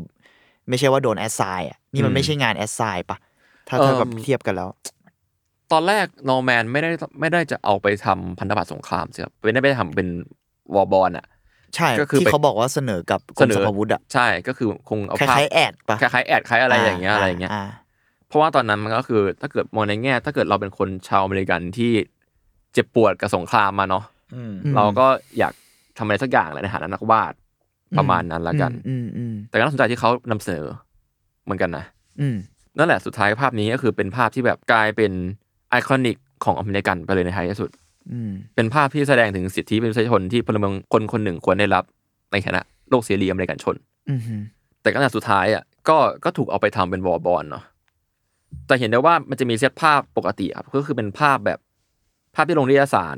S4: ไม่ใช่ว่าโดนแอสไซน์อ่ะนี่มันไม่ใช่งานแอสไซน์ปะถ้าถ้ากับเทียบกันแล้ว
S3: ตอนแรกนอร์แมนไม่ได้ไม่ได้จะเอาไปทำพันธบัตรสงครามสิครับเป็นได้ไปทำเป็นวอร์บอลอ่ะ
S4: ใช่
S3: ก็คือ
S4: ที่
S3: ไป
S4: เขาบอกว่าเสนอกับกรมสรรพาวุธอ่ะ
S3: ใช่ก็คือคงเอา
S4: ค
S3: ภาพ
S4: ล้ายๆแอดปะ
S3: คล้ายๆแอดคล้ายอะไรอย่างเงี้ยอะไรอย่างเงี้ย เพราะว่าตอนนั้นมันก็คือถ้าเกิดมองในแง่ ถ้าเกิดเราเป็นคนชาวอเมริกันที่เจ็บปวดกับสงครามมาเนาะ
S2: อืม
S3: เราก็อยากทำอะไรสักอย่างแหละในฐานะนักวาดประมาณนั้นละกัน
S4: อืมอืม
S3: แต่ก็น่าสนใจที่เขานำเสนอเหมือนกันนะ
S4: อืม
S3: นั่นแหละสุดท้ายภาพนี้ก็คือเป็นภาพที่แบบกลายเป็นไอคอนิกของอเมริกันไปเลยในท้ายที่สุด
S4: อืม
S3: เป็นภาพที่แสดงถึงสิทธิมนุษยชนที่พลเมืองคนคนหนึ่งควรได้รับในฐานะโลกเสรีอเมริกันชน
S4: อืมอืม
S3: แต่ขณะสุดท้ายอ่ะก็ก็ถูกเอาไปทำเป็นวอลบอลเนาะแต่เห็นได้ว่ามันจะมีเซตภาพปกติครับก็คือเป็นภาพแบบภาพที่ลงนิตยสาร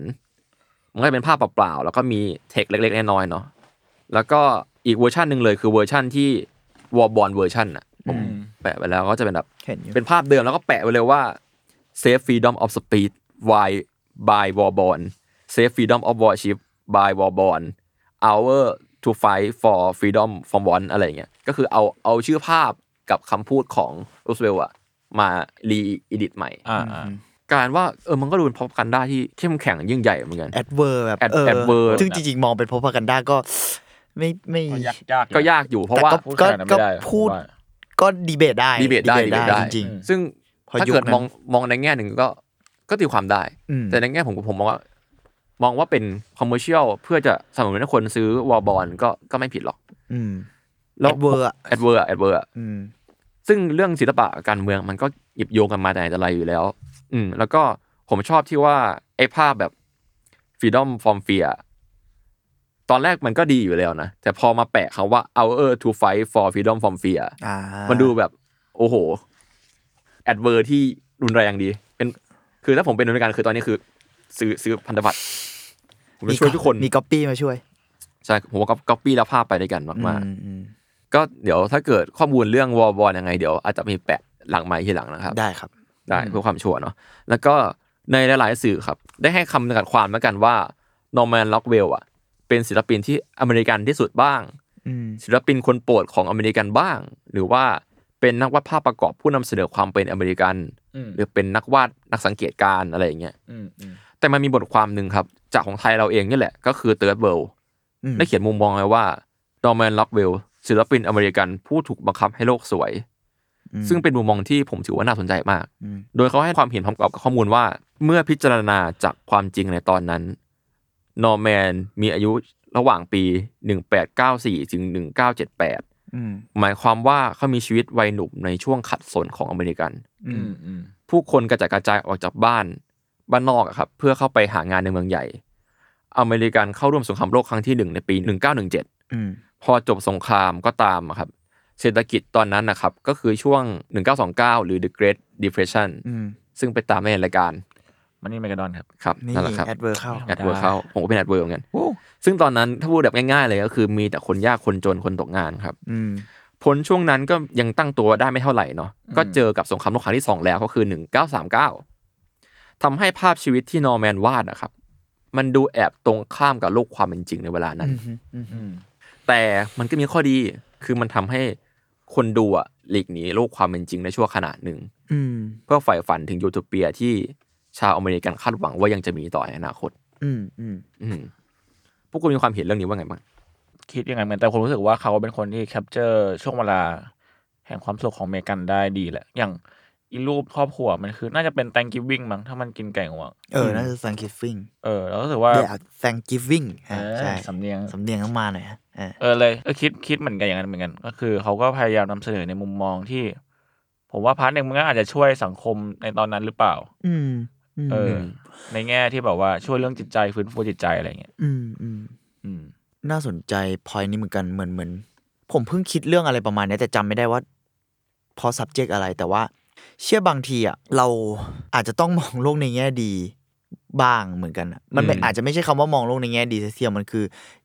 S3: มันก็จะเป็นภาพเปล่าๆแล้วก็มีเทคเล็กๆน้อยๆเนาะแล้วก็อีกเวอร์ชันหนึ่งเลยคือเวอร์ชันที่วอลบอลเวอร์ชันอ่ะผมแปะไปแล้วก็จะเป็นแบบ
S4: เห็นอยู่
S3: เป็นภาพเดิมแล้วก็แปะไว้เลยว่า safe freedom of speech by by warborn safe freedom of worship by warborn our to fight for freedom from war อะไรอย่างเงี้ยก็คือเอาเอาชื่อภาพกับคำพูดของรูสเวลอะมารีอิดิทใหม่
S2: อ่าอ่า
S3: การว่าเออมันก็ดูเป็นพบกันได้ที่เข้มแข็งยิ่งใหญ่เหมือนกัน
S4: แอดเวอร์แบบ
S3: แอดแอดเวอร์
S4: ซึ่งจริงๆ มองเป็นพ r o กันด้าก็ ไม่ไม่
S2: ยากยาก
S3: ก็ยากอยู่เพราะ
S4: แต่
S3: ว่า
S4: ก็
S2: พูดข
S4: ก็
S2: นาดนั้น
S4: ก็
S2: ไม่ได้
S4: พูด
S2: ผมว่า
S4: ก็ดีเบตได้
S3: debate ได้ debate ได้
S4: จริง
S3: ซึ่ง
S4: พอ
S3: ถ้า
S4: ยุค
S3: เกิด
S4: นั้น
S3: มองมองในแง่หนึ่งก็ก็ตีความได้
S4: อืม
S3: แต่ในแง่ผมผมมองว่า มองว่าเป็นคอมเมอรเชียลเพื่อจะสนับสนุนให้คนซื้อวอลบอลก็ก็ไม่ผิดหรอก
S4: ๆอืม
S3: แล้ว
S4: Adverb อะ
S3: แอดเวอร์แอดเวอร์
S4: อืม
S3: ซึ่งเรื่องศิลปะกับการเมืองมันก็หยิบโยงกันมาแต่ไหนแต่ไรอยู่แล้ว อืม แล้วก็ผมชอบที่ว่าไอ้ภาพแบบ freedom from fear ตอนแรกมันก็ดีอยู่แล้วนะ แต่พอมาแปะคำว่า our to fight for freedom from fear
S4: อ่า
S3: มันดูแบบ โอ้โห แอดเวอร์ที่รุนแรงดี เป็นคือถ้าผมเป็นอเมริกันคือตอนนี้คือ ซื้อซื้อพันธบัตรผมจะช่วยทุกคน
S4: มีก๊อปปี้มาช่วย
S3: ใช่ผมว่าก็ก๊อปปี้แล้วภาพไปด้วยกันมาก
S4: อืมอืม
S3: ๆ ก็เดี๋ยวถ้าเกิดข้อมูลเรื่องวอลบอลยังไงเดี๋ยวอาจจะมีแปะหลังไมค์ทีหลังนะครับ
S4: ได้ครับ
S3: ได้เพื่อความชัวร์เนาะแล้วก็ในหลาย ๆ สื่อครับ ได้ให้คำจำกัดความแล้วกันว่านอร์แมนล็อกเวลอะเป็นศิลปินที่อเมริกันที่สุดบ้าง
S4: อืม
S3: ศิลปินคนโปรดของอเมริกันบ้าง หรือว่าเป็นนักวาดภาพประกอบผู้นำเสนอความเป็นอเมริกัน
S2: อืม
S3: หรือเป็นนักวาดนักสังเกตการณ์อะไรอย่างเงี้ย
S2: อืมอืม
S3: แต่มันมีบทความหนึ่งครับ จากของไทยเราเองนี่แหละ ก็คือเติร์ดเวล
S4: อืม
S3: ได้เขียนมุมมองไว้ว่าดอร์แมนล็อกเวลศิลปินอเมริกันผู้ถูกบังคับให้โลกสวย ซึ่งเป็นมุมมองที่ผมถือว่าน่าสนใจมาก
S4: อืม
S3: โดยเขาให้ความเห็นพร้อมกับข้อมูลว่า เมื่อพิจารณาจากความจริงในตอนนั้น นอร์แมนมีอายุระหว่างปี 1894ถึง1978
S4: อืม
S3: หมายความว่าเขามีชีวิตวัยหนุ่มในช่วงขัดสนของอเมริกัน
S4: อื
S2: อื
S4: ม
S2: มอืม
S3: ผู้คนกระจัดกระจายออกจากบ้านบ้านนอกอะครับ เพื่อเข้าไปหางานในเมืองใหญ่ อเมริกันเข้าร่วมสงครามโลกครั้งที่หนึ่งในปี 1917
S4: อืม
S3: พอจบสงครามก็ตามอะครับ เศรษฐกิจตอนนั้นนะครับก็คือช่วง 1929 หรือ The Great Depression
S4: อืม
S3: ซึ่งไปตามในรายการ
S2: มันนี่แมกกาดอนครับ
S3: ครับ
S4: นี่
S3: นั่นแหละครับ
S4: แอดเวอร์เข้า
S3: แอดเวิร์เข้าผมก็เป็นแอดเวิร์เหมือนกัน
S2: โอ้
S3: ซึ่งตอนนั้นถ้าพูดแบบง่ายๆเลยก็คือมีแต่คนยากคนจนคนตกงานครับ
S4: อืม
S3: ผลช่วงนั้นก็ยังตั้งตัวได้ไม่เท่าไหร่เนาะก็เจอกับสงครามโลกครั้งที่สองแล้วก็คือ 1939ทำให้ภาพชีวิตที่นอร์แมนวาดนะครับ มันดูแอบตรงข้ามกับโลกความเป็นจริงในเวลานั้น
S4: อืมฮึอืมฮึ
S3: แต่มันก็มีข้อดีคือมันทำให้คนดูอะหลีกหนีโลกความเป็นจริงในชั่วขณะหนึ่ง
S4: อืม
S3: เพื่อใฝ่ฝันถึงยูโทเปียที่ชาวอเมริกันคาดหวังว่ายังจะมีต่อในอนาคต
S4: อืมอืม
S3: อืมพวกคุณมีความเห็นเรื่องนี้ว่าไงบ้าง
S2: คิดยังไงเหมือนแต่ผมรู้สึกว่าเขาเป็นคนที่แคปเจอร์ช่วงเวลา แห่งความสุขของเมกันได้ดีแหละ อย่างอีรูปครอบครัวมันคือ น่าจะเป็น thanksgiving มั้งถ้ามันกินไก่งวง
S4: เออน่าจะ Thanksgiving
S2: เออแล้วรู้สึกว่า
S4: เดี๋ยว Thanksgiving
S2: เอ
S4: อ่ะ
S2: อ
S4: ใช่
S2: สำเนียง
S4: สำเนียงต้องมาหน่อยฮะอ่ะ
S2: เออเลยเออคิดคิดเหมือนกันอย่างนั้นเหมือนกัน ก็คือเขาก็พยายามนำเสนอในมุมมองที่ ผมว่าพาร์ทหนึ่งมันก็อาจจะช่วยสังคมในตอนนั้นหรือเปล่า
S4: อืมอืม
S2: เออ ในแง่ที่แบบว่าช่วยเรื่องจิตใจฟื้นฟูจิตใจอะไรเงี้ย
S4: อืมอืม
S2: อืม
S4: น่าสนใจพอยนี้เหมือนกันเหมือนเหมือน ผมเพิ่งคิดเรื่องอะไรประมาณเนี้ยแต่จำไม่ได้ว่า พอ subject อะไรแต่ว่า เชื่อบางทีอ่ะเราอาจจะต้องมองโลกในแง่ดีบ้างเหมือนกันอะมันไม่
S3: อืม
S4: อาจจะไม่ใช่คำว่ามองโลกในแง่ดีเสียๆมันคือ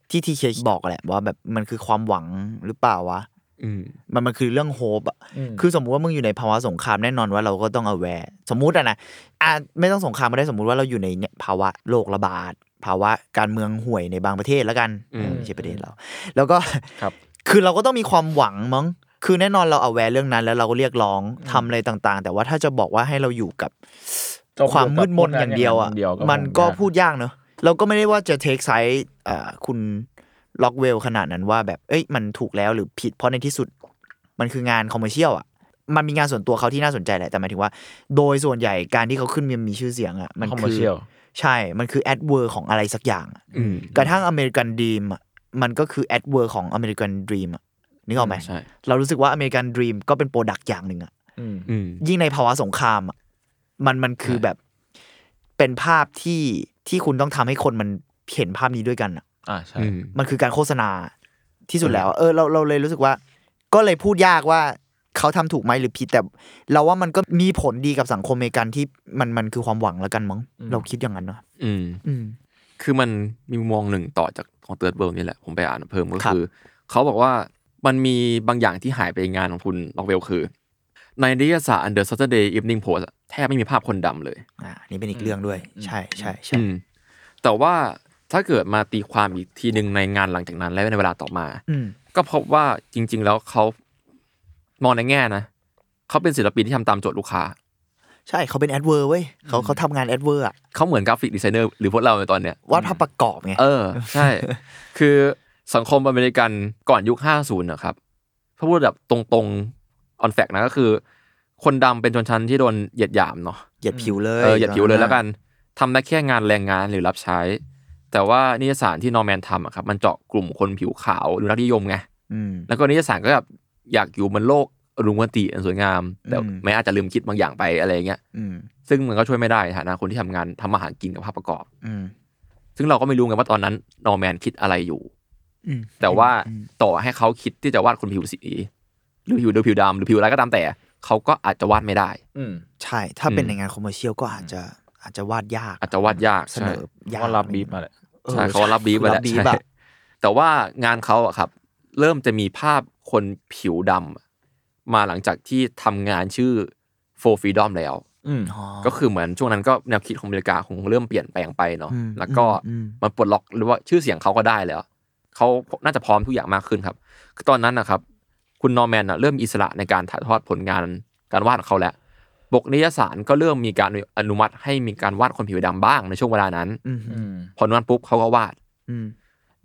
S4: ที่ทีเคบอกแหละว่าแบบมันคือความหวังหรือเปล่าวะ
S3: อืม
S4: มันมันคือเรื่องโฮปอ่ะ
S2: อืม
S4: คือสมมุติว่ามึงอยู่ในภาวะสงครามแน่นอนว่าเราก็ต้อง a แวร์สมมุติอะนะอ่ะไม่ต้องสงครามก็ได้สมมุติว่าเราอยู่ในเนี่ยภาวะโรคระบาด ภาวะการเมืองห่วยในบางประเทศแล้วกัน
S3: อืม
S4: เออไม่ใช่ประเทศเรา แล้วก็
S2: ครับ
S4: คือเราก็ต้องมีความหวังมั้ง คือแน่นอนเรา a แวร์เรื่องนั้น แล้วเราก็เรียกร้องทำอะไรต่างๆ แต่ว่าถ้าจะบอกว่าให้เราอยู่กับ
S2: จมอยู่กับ
S4: ความมืดมนอย่างเดียวอ่ะ
S2: พวกนั้นอย่างเดียวก็
S4: มันก็
S2: คงยาก
S4: พูดยากเนอะเราก็ไม่ได้ว่าจะเทคไซส์คุณล็อกเวลขนาดนั้นว่าแบบเอ้ยมันถูกแล้วหรือผิดเพราะในที่สุด มันคืองานคอมเมอรเชียลอ่ะ มันมีงานส่วนตัวเขาที่น่าสนใจแหละแต่หมายถึงว่า โดยส่วนใหญ่การที่เขาขึ้นมีมีชื่อเสียงอ่ะมัน
S2: คอมเมอร์
S4: คือ
S2: เชียล
S4: ใช่ มันคือแอดเวอร์ของอะไรสักอย่างอะ
S3: อืม
S4: กระทั่งอเมริกันดีมอ่ะมันก็คือแอดเวอร์ของอเมริกันดรีมอ่ะนึกออกไหม
S3: ใช่
S4: เรารู้สึกว่าอเมริกันดรีมก็เป็นโปรดักต์อย่างหนึ่งอ่ะ
S2: อืม
S3: อืม
S4: ยิ่งในภาวะสงครามอะมันมันคือ
S3: ใช่
S4: แบบเป็นภาพที่ที่คุณต้องทำให้คนมันเห็นภาพนี้ด้วยกันอะ
S2: อ่าใช่
S3: อืม
S4: มันคือการโฆษณาที่สุดแล้วอะเออเราเราเลยรู้สึกว่า ก็เลยพูดยากว่าเขาทำถูกไหมหรือผิดแต่ เราว่ามันก็มีผลดีกับสังคมอเมริกันที่มันมันคือความหวังแล้วกันมั้ง
S2: อืม
S4: เราคิดอย่างนั้นเนอะ
S3: อืม
S4: อืม
S3: คือมันมีมุมมองหนึ่งต่อจากของเติร์ดเบิร์นี่แหละ ผมไปอ่านเพิ่มก็
S4: ครับ
S3: คือ เขาบอกว่ามันมีบางอย่างที่หายไปในงานของคุณล็อกเวลคือ ในนิตยสาร The Saturday Evening Post อะแทบไม่มีภาพคนดำเลย
S4: อ่านี่เป็นอีกเรื่องด้วย ใช่ใช่ใช่
S3: อืม แต่ว่าถ้าเกิดมาตีความอีกทีหนึ่งในงานหลังจากนั้น และในเวลาต่อมา
S4: อืม
S3: ก็พบว่าจริง ๆ แล้วเขามองในแง่นะเขาเป็นศิลปินที่ทำตามโจทย์ลูกค้า
S4: ใช่เขาเป็นแอดเวอร์เว้ยเขาเขาทำงานแอดเวอร์อะ
S3: เขาเหมือนกราฟิกดีไซเนอร์หรือพวกเราในตอนเนี้ยว
S4: าดภาพประกอบไง
S3: เออ ใช่ คือสังคมอเมริกันก่อนยุค 50 นะครับถ้าพูดแบบตรงๆ ออนแฟกนะก็คือ คนดำเป็นชนชั้นที่โดนเหยียดหยามเนาะ
S4: เหยียดผิวเลย
S3: เออ เหยียดผิวเลยแล้วกัน น ทำได้แค่งานแรงงานหรือรับใช้ แต่ว่านิยสารที่นอร์แมนทำอะครับ มันเจาะกลุ่มคนผิวขาวหรือนักนิยมไง
S4: อืม
S3: แล้วก็นิยสารก็แบบอยากอยู่บนโลกอรุณวันติอันสวยงาม แต่
S4: อืม
S3: ไม่อาจจะลืมคิดบางอย่างไปอะไรอย่างเงี้ย
S4: อืม
S3: ซึ่งมันก็ช่วยไม่ได้ในฐานะคนที่ทำงานทำอาหารกินกับภาพประกอบ
S4: อืม
S3: ซึ่งเราก็ไม่รู้ไงว่าตอนนั้นนอร์แมนคิดอะไรอยู่
S4: อืม
S3: แต่ว่า
S4: อืม
S3: ต่อให้เขาคิดที่จะวาดคนผิวสีหรือผิวเดียวผิวดำหรือผิวอะไรก็ตามแต่ เขาก็อาจจะวาดไม่ได้
S2: อืม
S4: ใช่ ถ้าเป็น
S3: อืม
S4: ในงานคอมเมอรเชียลก็อาจจะอาจจะวาดยาก
S3: อาจจะวาดยาก
S4: เสนอ
S2: เ
S3: ใช่
S2: พ
S4: ยา
S2: ราะ
S4: ก
S2: ว่ารับบีบมาแหละ
S4: ออ
S3: ใช่เขารับบีฟมาแล้ว
S4: รับี
S3: ใช่
S4: บอะ
S3: แต่ว่างานเขาอะครับ เริ่มจะมีภาพคนผิวดำมาหลังจากที่ทำงานชื่อ for freedom แล้ว
S2: อืม
S4: อ๋อ
S3: ก็คือเหมือนช่วงนั้นก็แนวคิดของอเมริกาคงเริ่มเปลี่ยนแปลงไปเนาะ
S4: อืม
S3: แล้วก็
S4: อืมอืม
S3: มันปลดล็อกหรือว่าชื่อเสียงเขาก็ได้แล้วเขาน่าจะพร้อมทุกอย่างมากขึ้นครับคือตอนนั้นนะครับ คุณนอร์แมนนะเริ่มอิสระในการถ่ายทอดผลงานการวาดของเขาแล้วบกนิยสารก็เริ่มมีการอนุมัติให้มีการวาดคนผิวดำบ้างในช่วงเวลานั้น
S4: อืม
S2: อืม
S3: พอนั้นปุ๊บเขาก็วาด
S4: อืม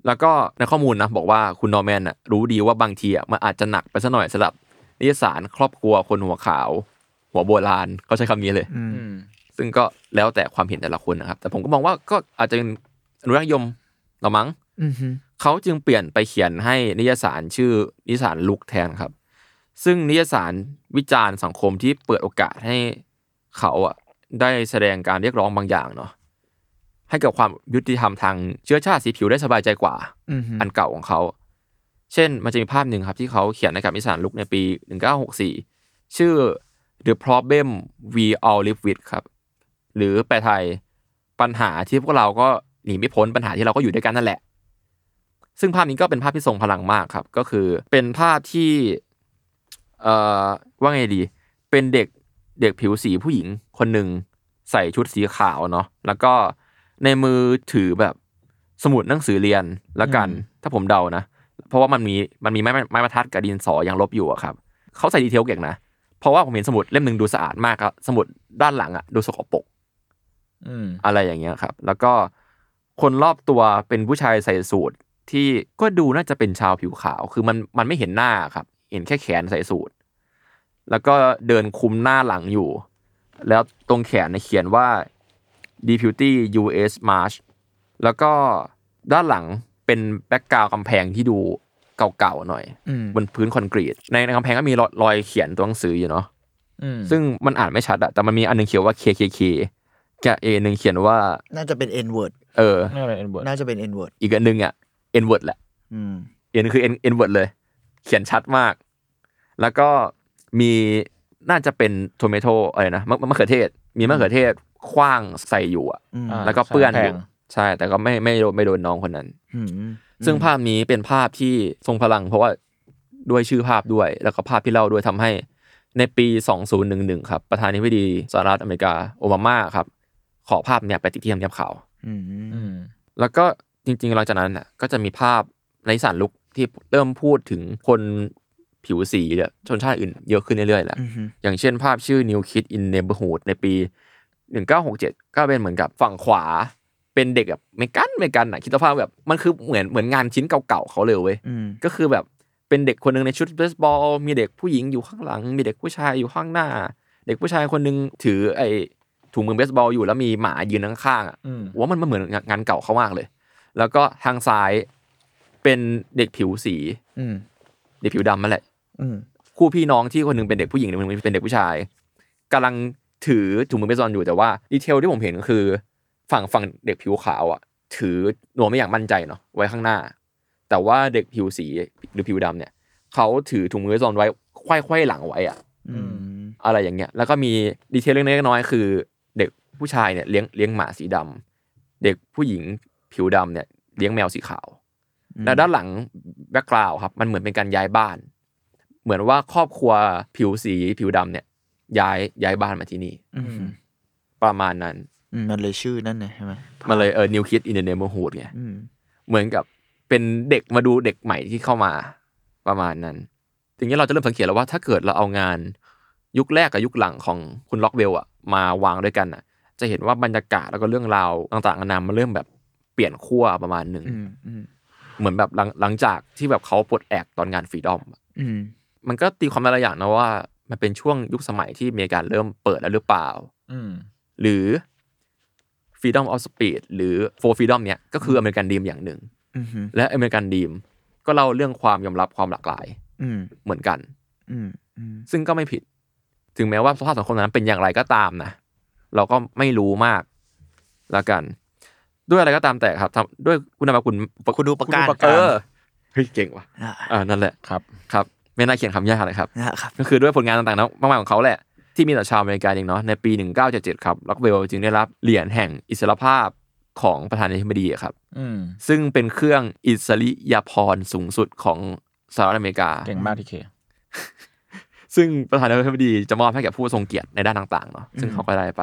S3: แล้วก็ในข้อมูลนะบอกว่าคุณนอร์แมนน่ะรู้ดีว่าบางทีอ่ะมันอาจจะหนักไปซะหน่อยสำหรับนิยสารครอบครัวคนหัวขาว หัวโบราณเขาใช้คำนี้เลย
S4: อืม
S2: อืม
S3: ซึ่งก็แล้วแต่ความเห็นแต่ละคนนะครับ แต่ผมก็มองว่าก็อาจจะเป็นอนุรักษ์นิยมเรามั้ง
S4: อืม
S3: เขาจึงเปลี่ยนไปเขียนให้นิยสารชื่อนิยสารลุกแทนครับ ซึ่งนิยสารวิจารณ์สังคมที่เปิดโอกาสให้เขาอ่ะได้แสดงการเรียกร้องบางอย่างเนาะให้กับความยุติธรรมทางเชื้อชาติสีผิวได้สบายใจกว่า
S4: อืม
S3: อันเก่าของเขา เช่น มันจะมีภาพหนึ่งครับที่เขาเขียนในกับนิสสานลุกในปี 1964 ชื่อ The Problem We All Live With ครับ หรือแปลไทยปัญหาที่พวกเราก็หนีไม่พ้นปัญหาที่เราก็อยู่ด้วยกันนั่นแหละ ซึ่งภาพนี้ก็เป็นภาพที่ทรงพลังมากครับ ก็คือเป็นภาพที่ เอ่อว่าไงดี เป็นเด็กเด็กผิวสีผู้หญิงคนหนึ่งใส่ชุดสีขาวเนาะแล้วก็ในมือถือแบบสมุดหนังสือเรียนละกัน
S2: อืม
S3: ถ้าผมเดานะ เพราะว่ามันมีมันมีไม้ไม้บรรทัดกับดินสอยังลบอยู่อะครับเขาใส่ดีเทลเก่งนะเพราะว่าผมเห็นสมุดเล่มหนึ่งดูสะอาดมากครับสมุดด้านหลังอะดูสกปรก
S2: อืม
S3: อะไรอย่างเงี้ยครับ แล้วก็คนรอบตัวเป็นผู้ชายใส่สูทที่ก็ดูน่าจะเป็นชาวผิวขาว คือมันมันไม่เห็นหน้าครับ เห็นแค่แขนใส่สูทแล้วก็เดินคุมหน้าหลังอยู่ แล้วตรงแขนเนี่ยเขียนว่า Deputy U.S. March แล้วก็ด้านหลังเป็นแบ็กกราวกำแพงที่ดูเก่าๆหน่อย
S4: อืม
S3: บนพื้นคอนกรีต ในในกำแพงก็มีรอยรอยเขียนตัวหนังสืออยู่เนาะ
S2: อืม
S3: ซึ่งมันอ่านไม่ชัดอะแต่มันมีอันหนึงเขียนว่า KKK กับ A หนึ่งเขียนว่า
S4: น่าจะเป็น N word
S3: เออ
S2: ไม่เป็นไร N-word
S4: น่าจะเป็น N word
S3: อีกอันหนึ่งอ่ะ N word แหละ
S4: อืม
S3: N คือ N N word เลย เขียนชัดมาก แล้วก็มีน่าจะเป็น tomato อะไรนะมะมะมะเขือเทศ มีมะเขือเทศคว้างใส่อยู่อ่ะ
S4: อืม
S2: อ่า
S3: แล้วก็เปื้อนอ
S2: ใส่
S3: ยู่
S2: กำแพ
S3: ใช่ แต่ก็ไม่ไม่โดนไม่โดนน้องคนนั้น
S4: อืม
S3: ซึ่งภาพนี้เป็นภาพที่ทรงพลัง เพราะว่าด้วยชื่อภาพด้วย แล้วก็ภาพที่เล่าด้วยทำให้ในปี 2011 ครับ ประธานาธิบดีสหรัฐอเมริกาโอบามาครับ ขอภาพเนี่ยไปติดที่ทำเนียบขาว
S4: อืม
S2: อืม
S3: แล้วก็จริงๆหลังจากนั้นน่ะก็จะมีภาพในสารลุกที่เริ่มพูดถึงคนผิวสีเนี่ยชนชาติอื่นเยอะขึ้นเรื่อยๆแหละ
S4: อืม
S3: อย่างเช่นภาพชื่อ New Kid in Neighborhood ในปี 1967 ก็เป็นเหมือนกับฝั่งขวาเป็นเด็กแบบเมกันเมกันน่ะคิดสภาพแบบมันคือเหมือนเหมือนงานชิ้นเก่าๆเขาเลยเว้ย
S4: อืม
S3: ก็คือแบบเป็นเด็กคนหนึ่งในชุดเบสบอล มีเด็กผู้หญิงอยู่ข้างหลัง มีเด็กผู้ชายอยู่ข้างหน้า เด็กผู้ชายคนหนึงถือไอ้ถุงมือเบสบอลอยู่แล้วมีหมายืนข้างๆอ่ะ
S2: อืม
S3: ว่ามันมันเหมือนงานเก่าเขามากเลย แล้วก็ทางซ้ายเป็นเด็กผิวสี
S4: อืม
S3: เด็กผิวดำนั่นแหละ
S4: อืม
S3: คู่พี่น้องที่คนหนึงเป็นเด็กผู้หญิงคนหนึงเป็นเด็กผู้ชายกำลังถือถุงมือเบสบอลอยู่แต่ว่าดีเทลที่ผมเห็นก็คือ ฝั่งฝั่งเด็กผิวขาวอ่ะ ถือหนวมไม่อย่างมั่นใจเนาะไว้ข้างหน้า แต่ว่าเด็กผิวสีหรือผิวดำเนี่ยเขาถือถุงมือเบสบอลไว้ควยควายหลังไว้อ่ะ
S4: อืม
S3: อะไรอย่างเงี้ย แล้วก็มีดีเทลเล็กๆน้อยๆคือ เด็กผู้ชายเนี่ยเลี้ยงเลี้ยงหมาสีดำเด็กผู้หญิงผิวดำเนี่ยเลี้ยงแมวสีขาว แล้วด้านหลังแบ็กกราวครับ มันเหมือนเป็นการย้ายบ้าน เหมือนว่าครอบครัวผิวสีผิวดำเนี่ย ย้ายย้ายบ้านมาที่นี่
S4: อืม
S3: ประมาณนั้น
S4: อืมมันเลยชื่อนั่นไงใช่ไหม
S3: มันเลยเออนิวคิดอินเดเนเบอร์ฮูดไง
S4: อืม
S3: เหมือนกับเป็นเด็กมาดูเด็กใหม่ที่เข้ามาประมาณนั้นทีนี้เราจะเริ่มสังเกตแล้วว่าถ้าเกิดเราเอางานยุคแรกกับยุคหลังของคุณล็อกเวลอะมาวางด้วยกันอะจะเห็นว่าบรรยากาศแล้วก็เรื่องราวต่างๆนานามันเริ่มแบบเปลี่ยนขั้วประมาณหนึ่ง
S4: อืมอืม
S3: เหมือนแบบหลังหลังจากที่แบบเขาปลดแอกตอนงานฟรีดอม
S4: อืม
S3: มันก็ตีความได้หลายอย่างนะว่า มันเป็นช่วงยุคสมัยที่อเมริกาเริ่มเปิดแล้วหรือเปล่า
S2: อืม
S3: หรือ Freedom of Speech หรือ For Freedom เนี่ยก็คืออเมริกันดีมอย่างหนึ่ง
S4: อืม
S3: และอเมริกันดีมก็เล่าเรื่องความยอมรับความหลากหลาย
S4: อืม
S3: เหมือนกัน
S4: อืมอืม
S3: ซึ่งก็ไม่ผิด ถึงแม้ว่าสภาพสังคมนั้นเป็นอย่างไรก็ตามนะ เราก็ไม่รู้มากละกัน ด้วยอะไรก็ตามแต่ครับทำด้วยคุณนามคุณ
S4: คุณดูประการ
S3: เออเฮ้ยเก่งว่ะ
S4: นะ
S3: อ่านั่นแหละ
S2: ครับ
S3: ครับไม่น่าเขียนคำยากเลยครับ
S4: นะครับ
S3: ก็คือด้วยผลงานต่างๆนะมากมายของเขาแหละ ที่มีต่อชาวอเมริกันเองเนาะในปี 1977 ครับล็อกเวลจึงได้รับเหรียญแห่งอิสรภาพของประธานาธิบดีอะครับ
S2: อืม
S3: ซึ่งเป็นเครื่องอิสริยาภรณ์สูงสุดของสหรัฐอเมริกา
S2: เก่งมากที่เค
S3: ซึ่งประธานาธิบดีจะมอบให้กับผู้ทรงเกียรติในด้านต่างๆเนาะซึ่งเขาก็ได้ไป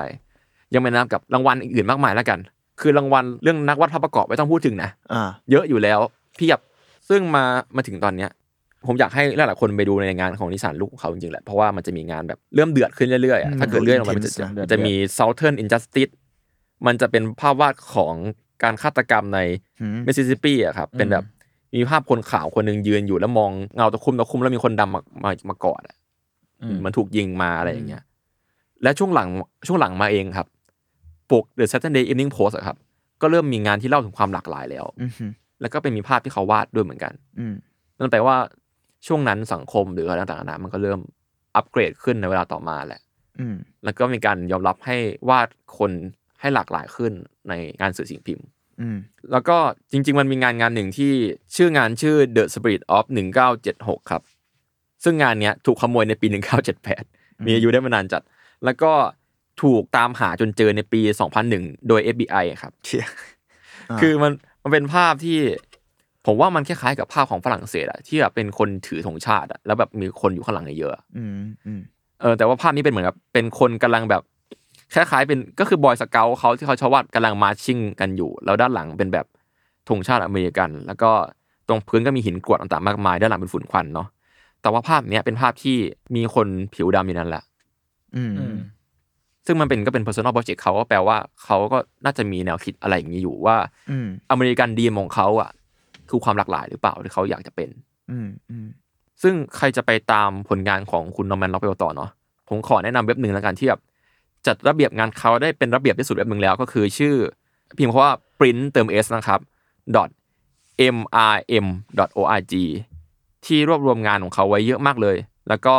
S3: ยังไม่นับกับรางวัลอื่นๆมากมายแล้วกัน คือรางวัลเรื่องนักวาดภาพประกอบไม่ต้องพูดถึงนะ
S4: อ่า
S3: เยอะอยู่แล้วเพียบซึ่งมามาถึงตอนเนี้ย ผมอยากให้หลายๆคนไปดูในงานของนิสานลูกของเขาจริงๆแหละเพราะว่ามันจะมีงานแบบเริ่มเดือดขึ้นเรื่อยๆอะ
S4: อืม
S3: ถ้าเกิดเรื่อยลงไปมันจะ
S4: intense นะ
S3: จะจะมี Southern Injustice มันจะเป็นภาพวาดของการฆาตกรรมใน
S4: อืม
S3: มิ s ซิสซิปปีอะครับเป็นแบบมีภาพคนขาวคนหนึ่งยืนอยู่แล้วมองเงาตะคุ่มตะคุ่มแล้วมีคนดำมามามากอดอะ
S2: อืม
S3: มันถูกยิงมาอะไรอย่างเงี้ยและช่วงหลังช่วงหลังมาเองครับปก The Saturday Evening Post อะครับก็เริ่มมีงานที่เล่าถึงความหลากหลายแล้ว
S4: อืม
S3: แล้วก็เป็นมีภาพที่เขาวาดด้วยเหมือนกัน
S4: อืม
S3: นั่นแปลว่าช่วงนั้นสังคมหรืออะไรต่างๆนานามันก็เริ่มอัปเกรดขึ้นในเวลาต่อมาแหละ
S4: อืม
S3: แล้วก็มีการยอมรับให้วาดคนให้หลากหลายขึ้นในงานสื่อสิ่งพิมพ์
S4: อืม
S3: แล้วก็จริง ๆ มันมีงานงานหนึ่งที่ชื่องานชื่อ The Spirit of 1976 ครับ ซึ่งงานเนี้ยถูกขโมยในปี 1978 มีอายุได้มานานจัด แล้วก็ถูกตามหาจนเจอในปี 2001 โดย FBI ครับ *laughs*
S4: เชีย อ่า
S3: คือมันมันเป็นภาพที่ผ ผมว่ามันคล้ายๆกับภาพของฝรั่งเศสอะที่แบบเป็นคนถือธงชาติอะแล้วแบบมีคนอยู่ข้างหลังเยอะๆอะ
S4: อืมอืม
S3: เออแต่ว่าภาพนี้เป็นเหมือนกับเป็นคนกำลังแบบคล้ายๆเป็นก็คือบอยสเกลเขาที่เขาชอบวาดกำลังมาร์ชชิ่งกันอยู่ แล้วด้านหลังเป็นแบบธงชาติอเมริกัน แล้วก็ตรงพื้นก็มีหินกรวดต่างๆมากมาย ด้านหลังเป็นฝุ่นควันเนาะแต่ว่าภาพเนี้ยเป็นภาพที่มีคนผิวดำอยู่นั่นแหละ
S4: อืม
S2: อืม
S3: ซึ่งมันเป็นก็เป็น personal project เขาก็แปลว่าเขาก็น่าจะมีแนวคิดอะไรอย่างนี้อยู่ว่า
S4: อืม
S3: อเมริกันดีมของเขาอ่ะคือความหลากหลายหรือเปล่าที่เขาอยากจะเป็น
S4: อืมอืม
S3: ซึ่งใครจะไปตามผลงานของคุณนอร์แมนล็อกเวลต่อเนาะผมขอแนะนำเว็บหนึ่งแล้วกันที่แบบจัดระเบียบงานเขาได้เป็นระเบียบที่สุดเว็บหนึ่งแล้ว ก็คือชื่อ พิมพ์คำว่า print เติม s นะครับ dot mrm dot org ที่รวบรวมงานของเขาไว้เยอะมากเลย แล้วก็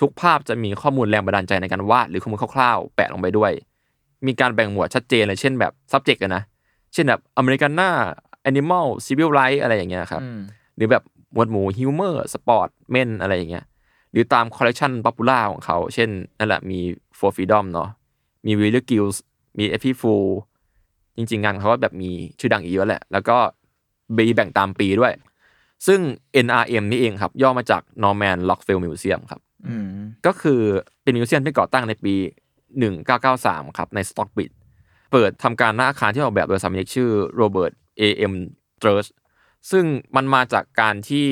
S3: ทุกภาพจะมีข้อมูลแรงบันดาลใจในการวาดหรือข้อมูลคร่าวๆ แปะลงไปด้วย มีการแบ่งหมวดชัดเจนเลยเช่นแบบ subject อะนะเช่นแบบอเมริกันหน้า animal civil rights อะไรอย่างเงี้ยครับ
S2: อืม
S3: หรือแบบหมวดหมู่ฮิวเมอร์สปอร์ตเมนอะไรอย่างเงี้ยหรือตามคอลเล t ชันป๊อปปูล่าของเขา เช่น นั่นแหละมี For Freedom เนาะมี w i l l e r g i l l s มี e p i f o o l จริง ๆ งานเขาก็แบบมีชื่อดังอีกเยอะแหละ แล้วก็บีแบ่งตามปีด้วย ซึ่ง NRM นี่เองครับ ย่อมาจาก Norman Rockefeller Museum ครับ
S4: อืม
S3: ก็คือเป็นมิวเซียมที่ก่อตั้งในปี 1993 ครับ ในสต็อกบิดเปิดทำการหน้าอาคารที่ออกแบบโดยสถาปนิกชื่อโรเบิร์ต A.M. t r u s h ซึ่งมันมาจากการที่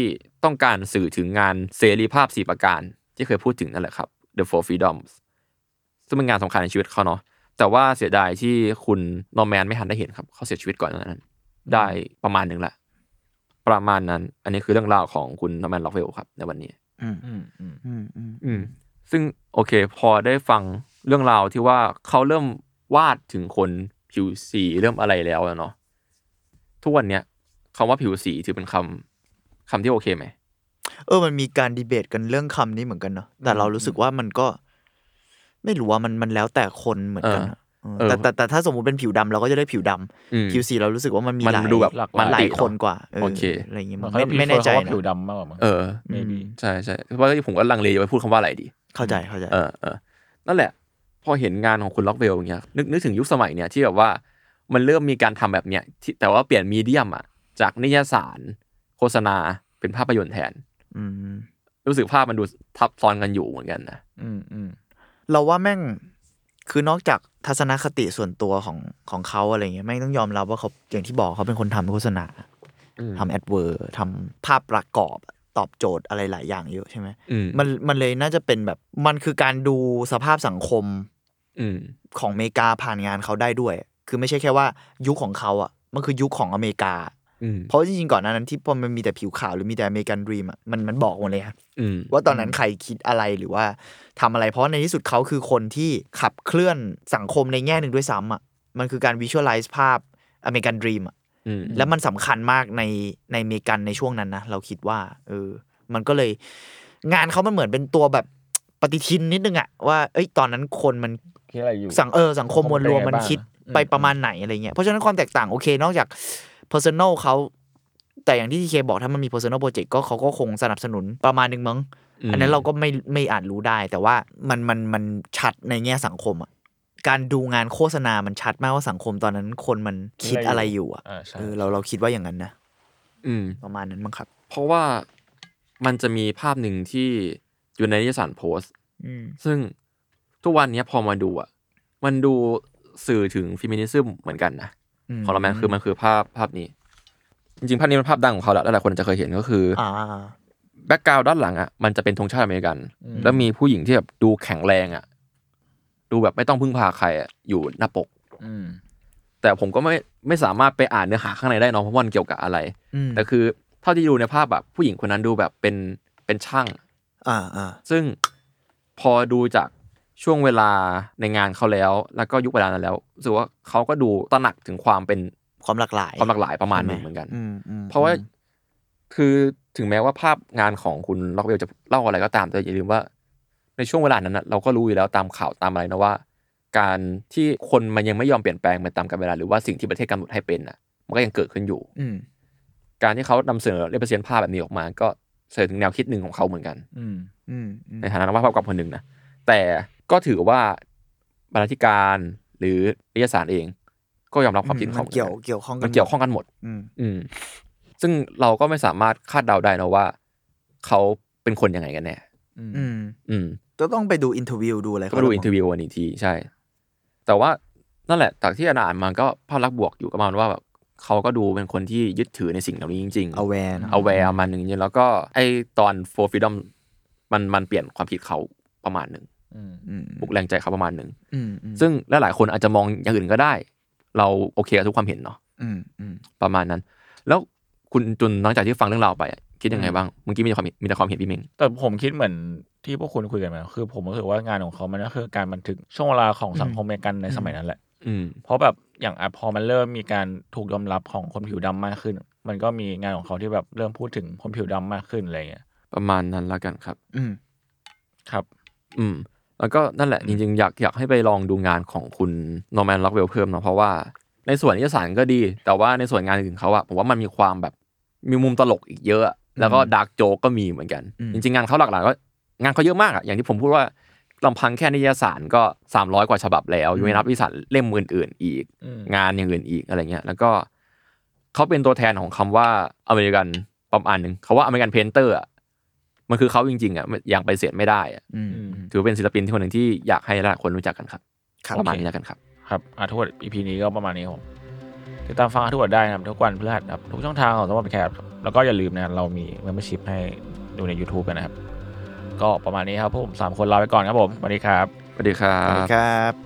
S3: ต้องการสื่อถึงงานเสรีภาพสี่ประการ ที่เคยพูดถึงนั่นแหละครับ The Four Freedoms ซึ่งเป็นงานสำคัญในชีวิตเขาเนาะแต่ว่าเสียดายที่คุณนอร์แมนไม่ทันได้เห็นครับ เขาเสียชีวิตก่อนหน้านั้น ได้ประมาณหนึ่งแหละ ประมาณนั้น อันนี้คือเรื่องราวของคุณนอร์แมนล็อกเวลครับในวันนี้
S4: อืม
S2: อืมอืม
S4: อืมอืม
S3: อืมซึ่งโอเค พอได้ฟังเรื่องราวที่ว่าเขาเริ่มวาดถึงคนผิวสีเริ่มอะไรแล้วอะเนาะทุกวันเนี้ยคำว่าผิวสีถือเป็นคำคำที่โอเคไหม
S4: เออมันมีการดีเบตกันเรื่องคำนี้เหมือนกันเนาะแต่เรารู้สึกว่ามันก็ ไม่รู้ว่ามันมันแล้วแต่คนเหมือนกันอะ
S3: เออ
S4: แต่แต่แต่ถ้าสมมติเป็นผิวดำเราก็จะได้ผิวดำ
S3: อืม
S4: ผิวสีเรารู้สึกว่ามันมี
S3: มัน
S4: หลาย
S3: ดูแบบ
S4: หลาย
S3: มันติด
S4: คนกว่า
S3: โอเค
S4: อะไรอย่างงี้
S2: เห
S4: มั้
S2: อน
S4: ง
S2: เขา
S4: ไม่
S2: จะ prefer
S4: ไม่แน่ใจ
S2: คำว่า
S4: นะ
S2: ผิวดำมากกว่ามั้ง
S3: เออ
S2: maybe
S3: ใช่ใช่เพราะว่าผมก็ลังเลอยู่ว่าพูดคำว่าอะไรดี
S4: เข้าใจเข้าใจ
S3: เออเออนั่นแหละ พอเห็นงานของคุณล็อกเวลอย่างเงี้ยนึกนึกถึงยุคสมัยเนี่ยที่แบบว่ามันเริ่มมีการทำแบบเนี้ยที่แต่ว่าเปลี่ยนมีเดียมอะจากนิยายสาร โฆษณาเป็นภาพยนตร์แทน
S4: อืม
S3: รู้สึกภาพมันดูทับซ้อนกันอยู่เหมือนกันนะ
S2: อืมอืม
S4: เราว่าแม่งคือนอกจากทัศนคติส่วนตัวของของเขาอะไรเงี้ยแม่งต้องยอมรับว่าเขาอย่างที่บอกเขาเป็นคนทำโฆษณาทำแอดเวอร์ทำภาพประกอบตอบโจทย์อะไรหลายอย่างเยอะใช่ไหม
S3: อืม
S4: มันมันเลยน่าจะเป็นแบบมันคือการดูสภาพสังคม
S3: อืม
S4: ของอเมริกาผ่านงานเขาได้ด้วย คือไม่ใช่แค่ว่ายุคของเขาอ่ะมันคือยุคของอเมริกา
S3: อืม
S4: เพราะจริงๆก่อนหน้านั้นที่พอมันมีแต่ผิวขาวหรือมีแต่อเมริกันดรีมอ่ะมันมันบอกหมดเลยครับ
S3: อืม
S4: ว่าตอนนั้นใครคิดอะไรหรือว่าทำอะไรเพราะในที่สุดเขาคือคนที่ขับเคลื่อนสังคมในแง่หนึ่งด้วยซ้ำอ่ะมันคือการวิชวลไลซ์ภาพอเมริกันดรีมอ่ะ
S3: อืม
S4: แล้วมันสำคัญมากในในอเมริกันในช่วงนั้นนะ เราคิดว่าเออมันก็เลย งานเขามันเหมือนเป็นตัวแบบปฏิทินนิดนึงอ่ะว่าเอ้ยตอนนั้นคนมัน
S2: คิดอะไรอยู่
S4: สังเออสังคมมวลรวม
S2: เป็นไง
S4: มัน
S2: บ้าง
S4: คิด
S2: อืม
S4: ไปประมาณไหนอะไรเงี้ยเพราะฉะนั้นความแตกต่างโอเคนอกจาก personal เขาแต่อย่างที่ทีเคบอกถ้ามันมี personal project ก็เขาก็คงสนับสนุนประมาณหนึงมั้ง อันนั้นเราก็ไม่ไม่อาจรู้ได้ แต่ว่ามันมันมันชัดในแง่สังคมอ่ะการดูงานโฆษณามันชัดมากว่าสังคมตอนนั้นคนมันคิดอะไรอยู่อ่ะ
S2: อ่าใช่
S4: เออเราเราคิดว่าอย่างนั้นนะ
S3: อืม
S4: ประมาณนั้นมั้งครับ
S3: เพราะว่ามันจะมีภาพหนึ่งที่อยู่ในนิตยสารโพสต์
S4: อืม
S3: ซึ่งทุกวันเนี้ยพอมาดูอ่ะ มันดูสื่อถึงฟิมินิซึมเหมือนกันนะ ของเราแมนคือมันคือภาพภาพนี้ จริงๆ ภาพนี้เป็นภาพดังของเขาแหละแล้วหลายคนจะเคยเห็นก็คืออ
S4: อ่า
S3: แบ็กกราวด้านหลังอ่ะมันจะเป็นธงชาติอเมริกัน แล้วมีผู้หญิงที่แบบดูแข็งแรงอ่ะ ดูแบบไม่ต้องพึ่งพาใครอ่ะอยู่หน้าปก
S2: อืม
S3: แต่ผมก็ไม่ไม่สามารถไปอ่านเนื้อหาข้างในได้เนอะเพราะว่ามันเกี่ยวกับอะไร
S4: อืม
S3: แต่คือเท่าที่ดูในภาพแบบผู้หญิงคนนั้นดูแบบเป็นเป็นช่าง
S4: อ่าอ่า
S3: ซึ่งพอดูจากช่วงเวลาในงานเขาแล้ว แล้วก็ยุคเวลานั้นแล้วรู้สึกว่าเขาก็ดูตระหนักถึงความเป็น
S4: ความหลากหลาย
S3: ความหลากหลายประมาณหนึ่งเหมือนกัน
S4: อืมอืม
S3: เพราะว่าคือถึงแม้ว่าภาพงานของคุณล็อกเวลจะเล่าอะไรก็ตามแต่อย่าลืมว่า ในช่วงเวลานั้นนะเราก็รู้อยู่แล้วตามข่าวตามอะไรนะว่า การที่คนมันยังไม่ยอมเปลี่ยนแปลงไปตามกาลเวลาหรือว่าสิ่งที่ประเทศกำหนดให้เป็นน่ะ มันก็ยังเกิดขึ้นอยู่
S4: อืม
S3: การที่เขานำเสนอเรียบเรียนภาพแบบนี้ออกมา ก็เสนอถึงแนวคิดหนึ่งของเขาเหมือนกัน
S2: อืม
S4: อืมอืม
S3: ในฐานะนักวาดภาพกับคนหนึ่งนะแต่ก็ถือว่าบรรณาธิการหรือนิยสารเอง ก็ยอมรับความคิดของ
S4: น
S3: เขาเหมือน
S4: เกี่ยว
S3: กัน
S4: เกี่ยวข้องกั
S3: มัน นเกี่ยวข้องกันหมด
S4: อืม
S3: อืม ซึ่งเราก็ไม่สามารถคาดเดาได้นะว่า เขาเป็นคนยังไงกันแน่
S4: อืม
S3: อืม
S4: ก็ต้องไปดูอินเทอร์วิวดูอะไร
S3: ก็ดูอินเทอร์วิววันอีกทีใช่ แต่ว่านั่นแหละจากที่อ่านอ่านมันก็ภาพลักษณ์บวกอยู่ประมาณว่าแบบเขาก็ดูเป็นคนที่ยึดถือในสิ่งเหล่านี้จริงๆ
S4: เอาแวน
S3: เอาแวร์มาหนึ่งจริงๆแล้วก็ไอตอน for freedom มันมันเปลี่ยนความคิดเขาประมาณหนึ่ง
S2: อืม
S4: อืม
S3: ปลุกแรงใจเขาประมาณหนึ่ง
S4: อืมอืม
S3: ซึ่งลหลายๆคนอาจจะมองอย่างอื่นก็ได้ เราโอเคกับทุกความเห็นเนาะ
S4: อืมอืม
S3: ประมาณนั้น แล้วคุณจุนหลังจากที่ฟังเรื่องราวไปอะคิดยังไงบ้างเมื่อกี้มีแต่ความเห็นมีแต่ความเห็นพี่เมง
S2: แต่ผมคิดเหมือนที่พวกคุณคุยกันมาคือผมรู้สึกว่างานของเขามันก็คือการบันทึกช่วงเวลาของสังคมอเมริกันในสมัยนั้นแหละ
S3: อืม
S2: เพราะแบบอย่างอะพอมันเริ่มมีการถูกยอมรับของคนผิวดำมากขึ้น มันก็มีงานของเขาที่แบบเริ่มพูดถึงคนผิวดำมากขึ้นอะไรเงี้ย
S3: ประมาณนั้นละกันครับ
S4: อืม
S2: ครับ
S3: อืมแล้วก็นั่นแหละ จริงๆ อยากอยากให้ไปลองดูงานของคุณนอร์แมนล็อกเวลเพิ่มเนาะเพราะว่าในส่วนนิยสารก็ดี แต่ว่าในส่วนงานอื่นเขาอะผมว่ามันมีความแบบมีมุมตลกอีกเยอะ แล้วก็ดาร์กโจก็มีเหมือนกัน จริงๆ งานเขาหลักๆก็งานเขาเยอะมากอะอย่างที่ผมพูดว่าลำพังแค่นิยสารก็ 300 กว่าฉบับแล้วยังไม่นับนิยสารเล่มอื่นๆ อีก
S2: อืม
S3: งานอย่างอื่นอีกอะไรเงี้ย แล้วก็เขาเป็นตัวแทนของคำว่าอเมริกันประมาณหนึ่งเขาว่าอเมริกันเพนเตอร์อะมันคือเขาจริงๆอะอย่างไปฏิเสียไม่ได้อะ
S4: อืม
S2: อืม
S3: ถือเป็นศิลปินที่คนหนึ่งที่อยากให้หลายๆคนรู้จักกันครับ
S4: ครับ
S3: ประมาณนี้แล้วกันครับ
S2: ครับอาทวด EP นี้ก็ประมาณนี้ครับผมติดตามฟังอาทวดได้นะครับ ทุกวันพฤหัสครับ ทุกช่องทางของสมบัติแคบครับแล้วก็อย่าลืมนะครับเรามี membership ให้ดูใน YouTube กันนะครับ ก็ประมาณนี้ครับพวกผมสามคนลาไปก่อนครับผมสวัสดีครับ
S3: สวัสดีครั
S4: สวัสดี
S3: บ
S4: ครับ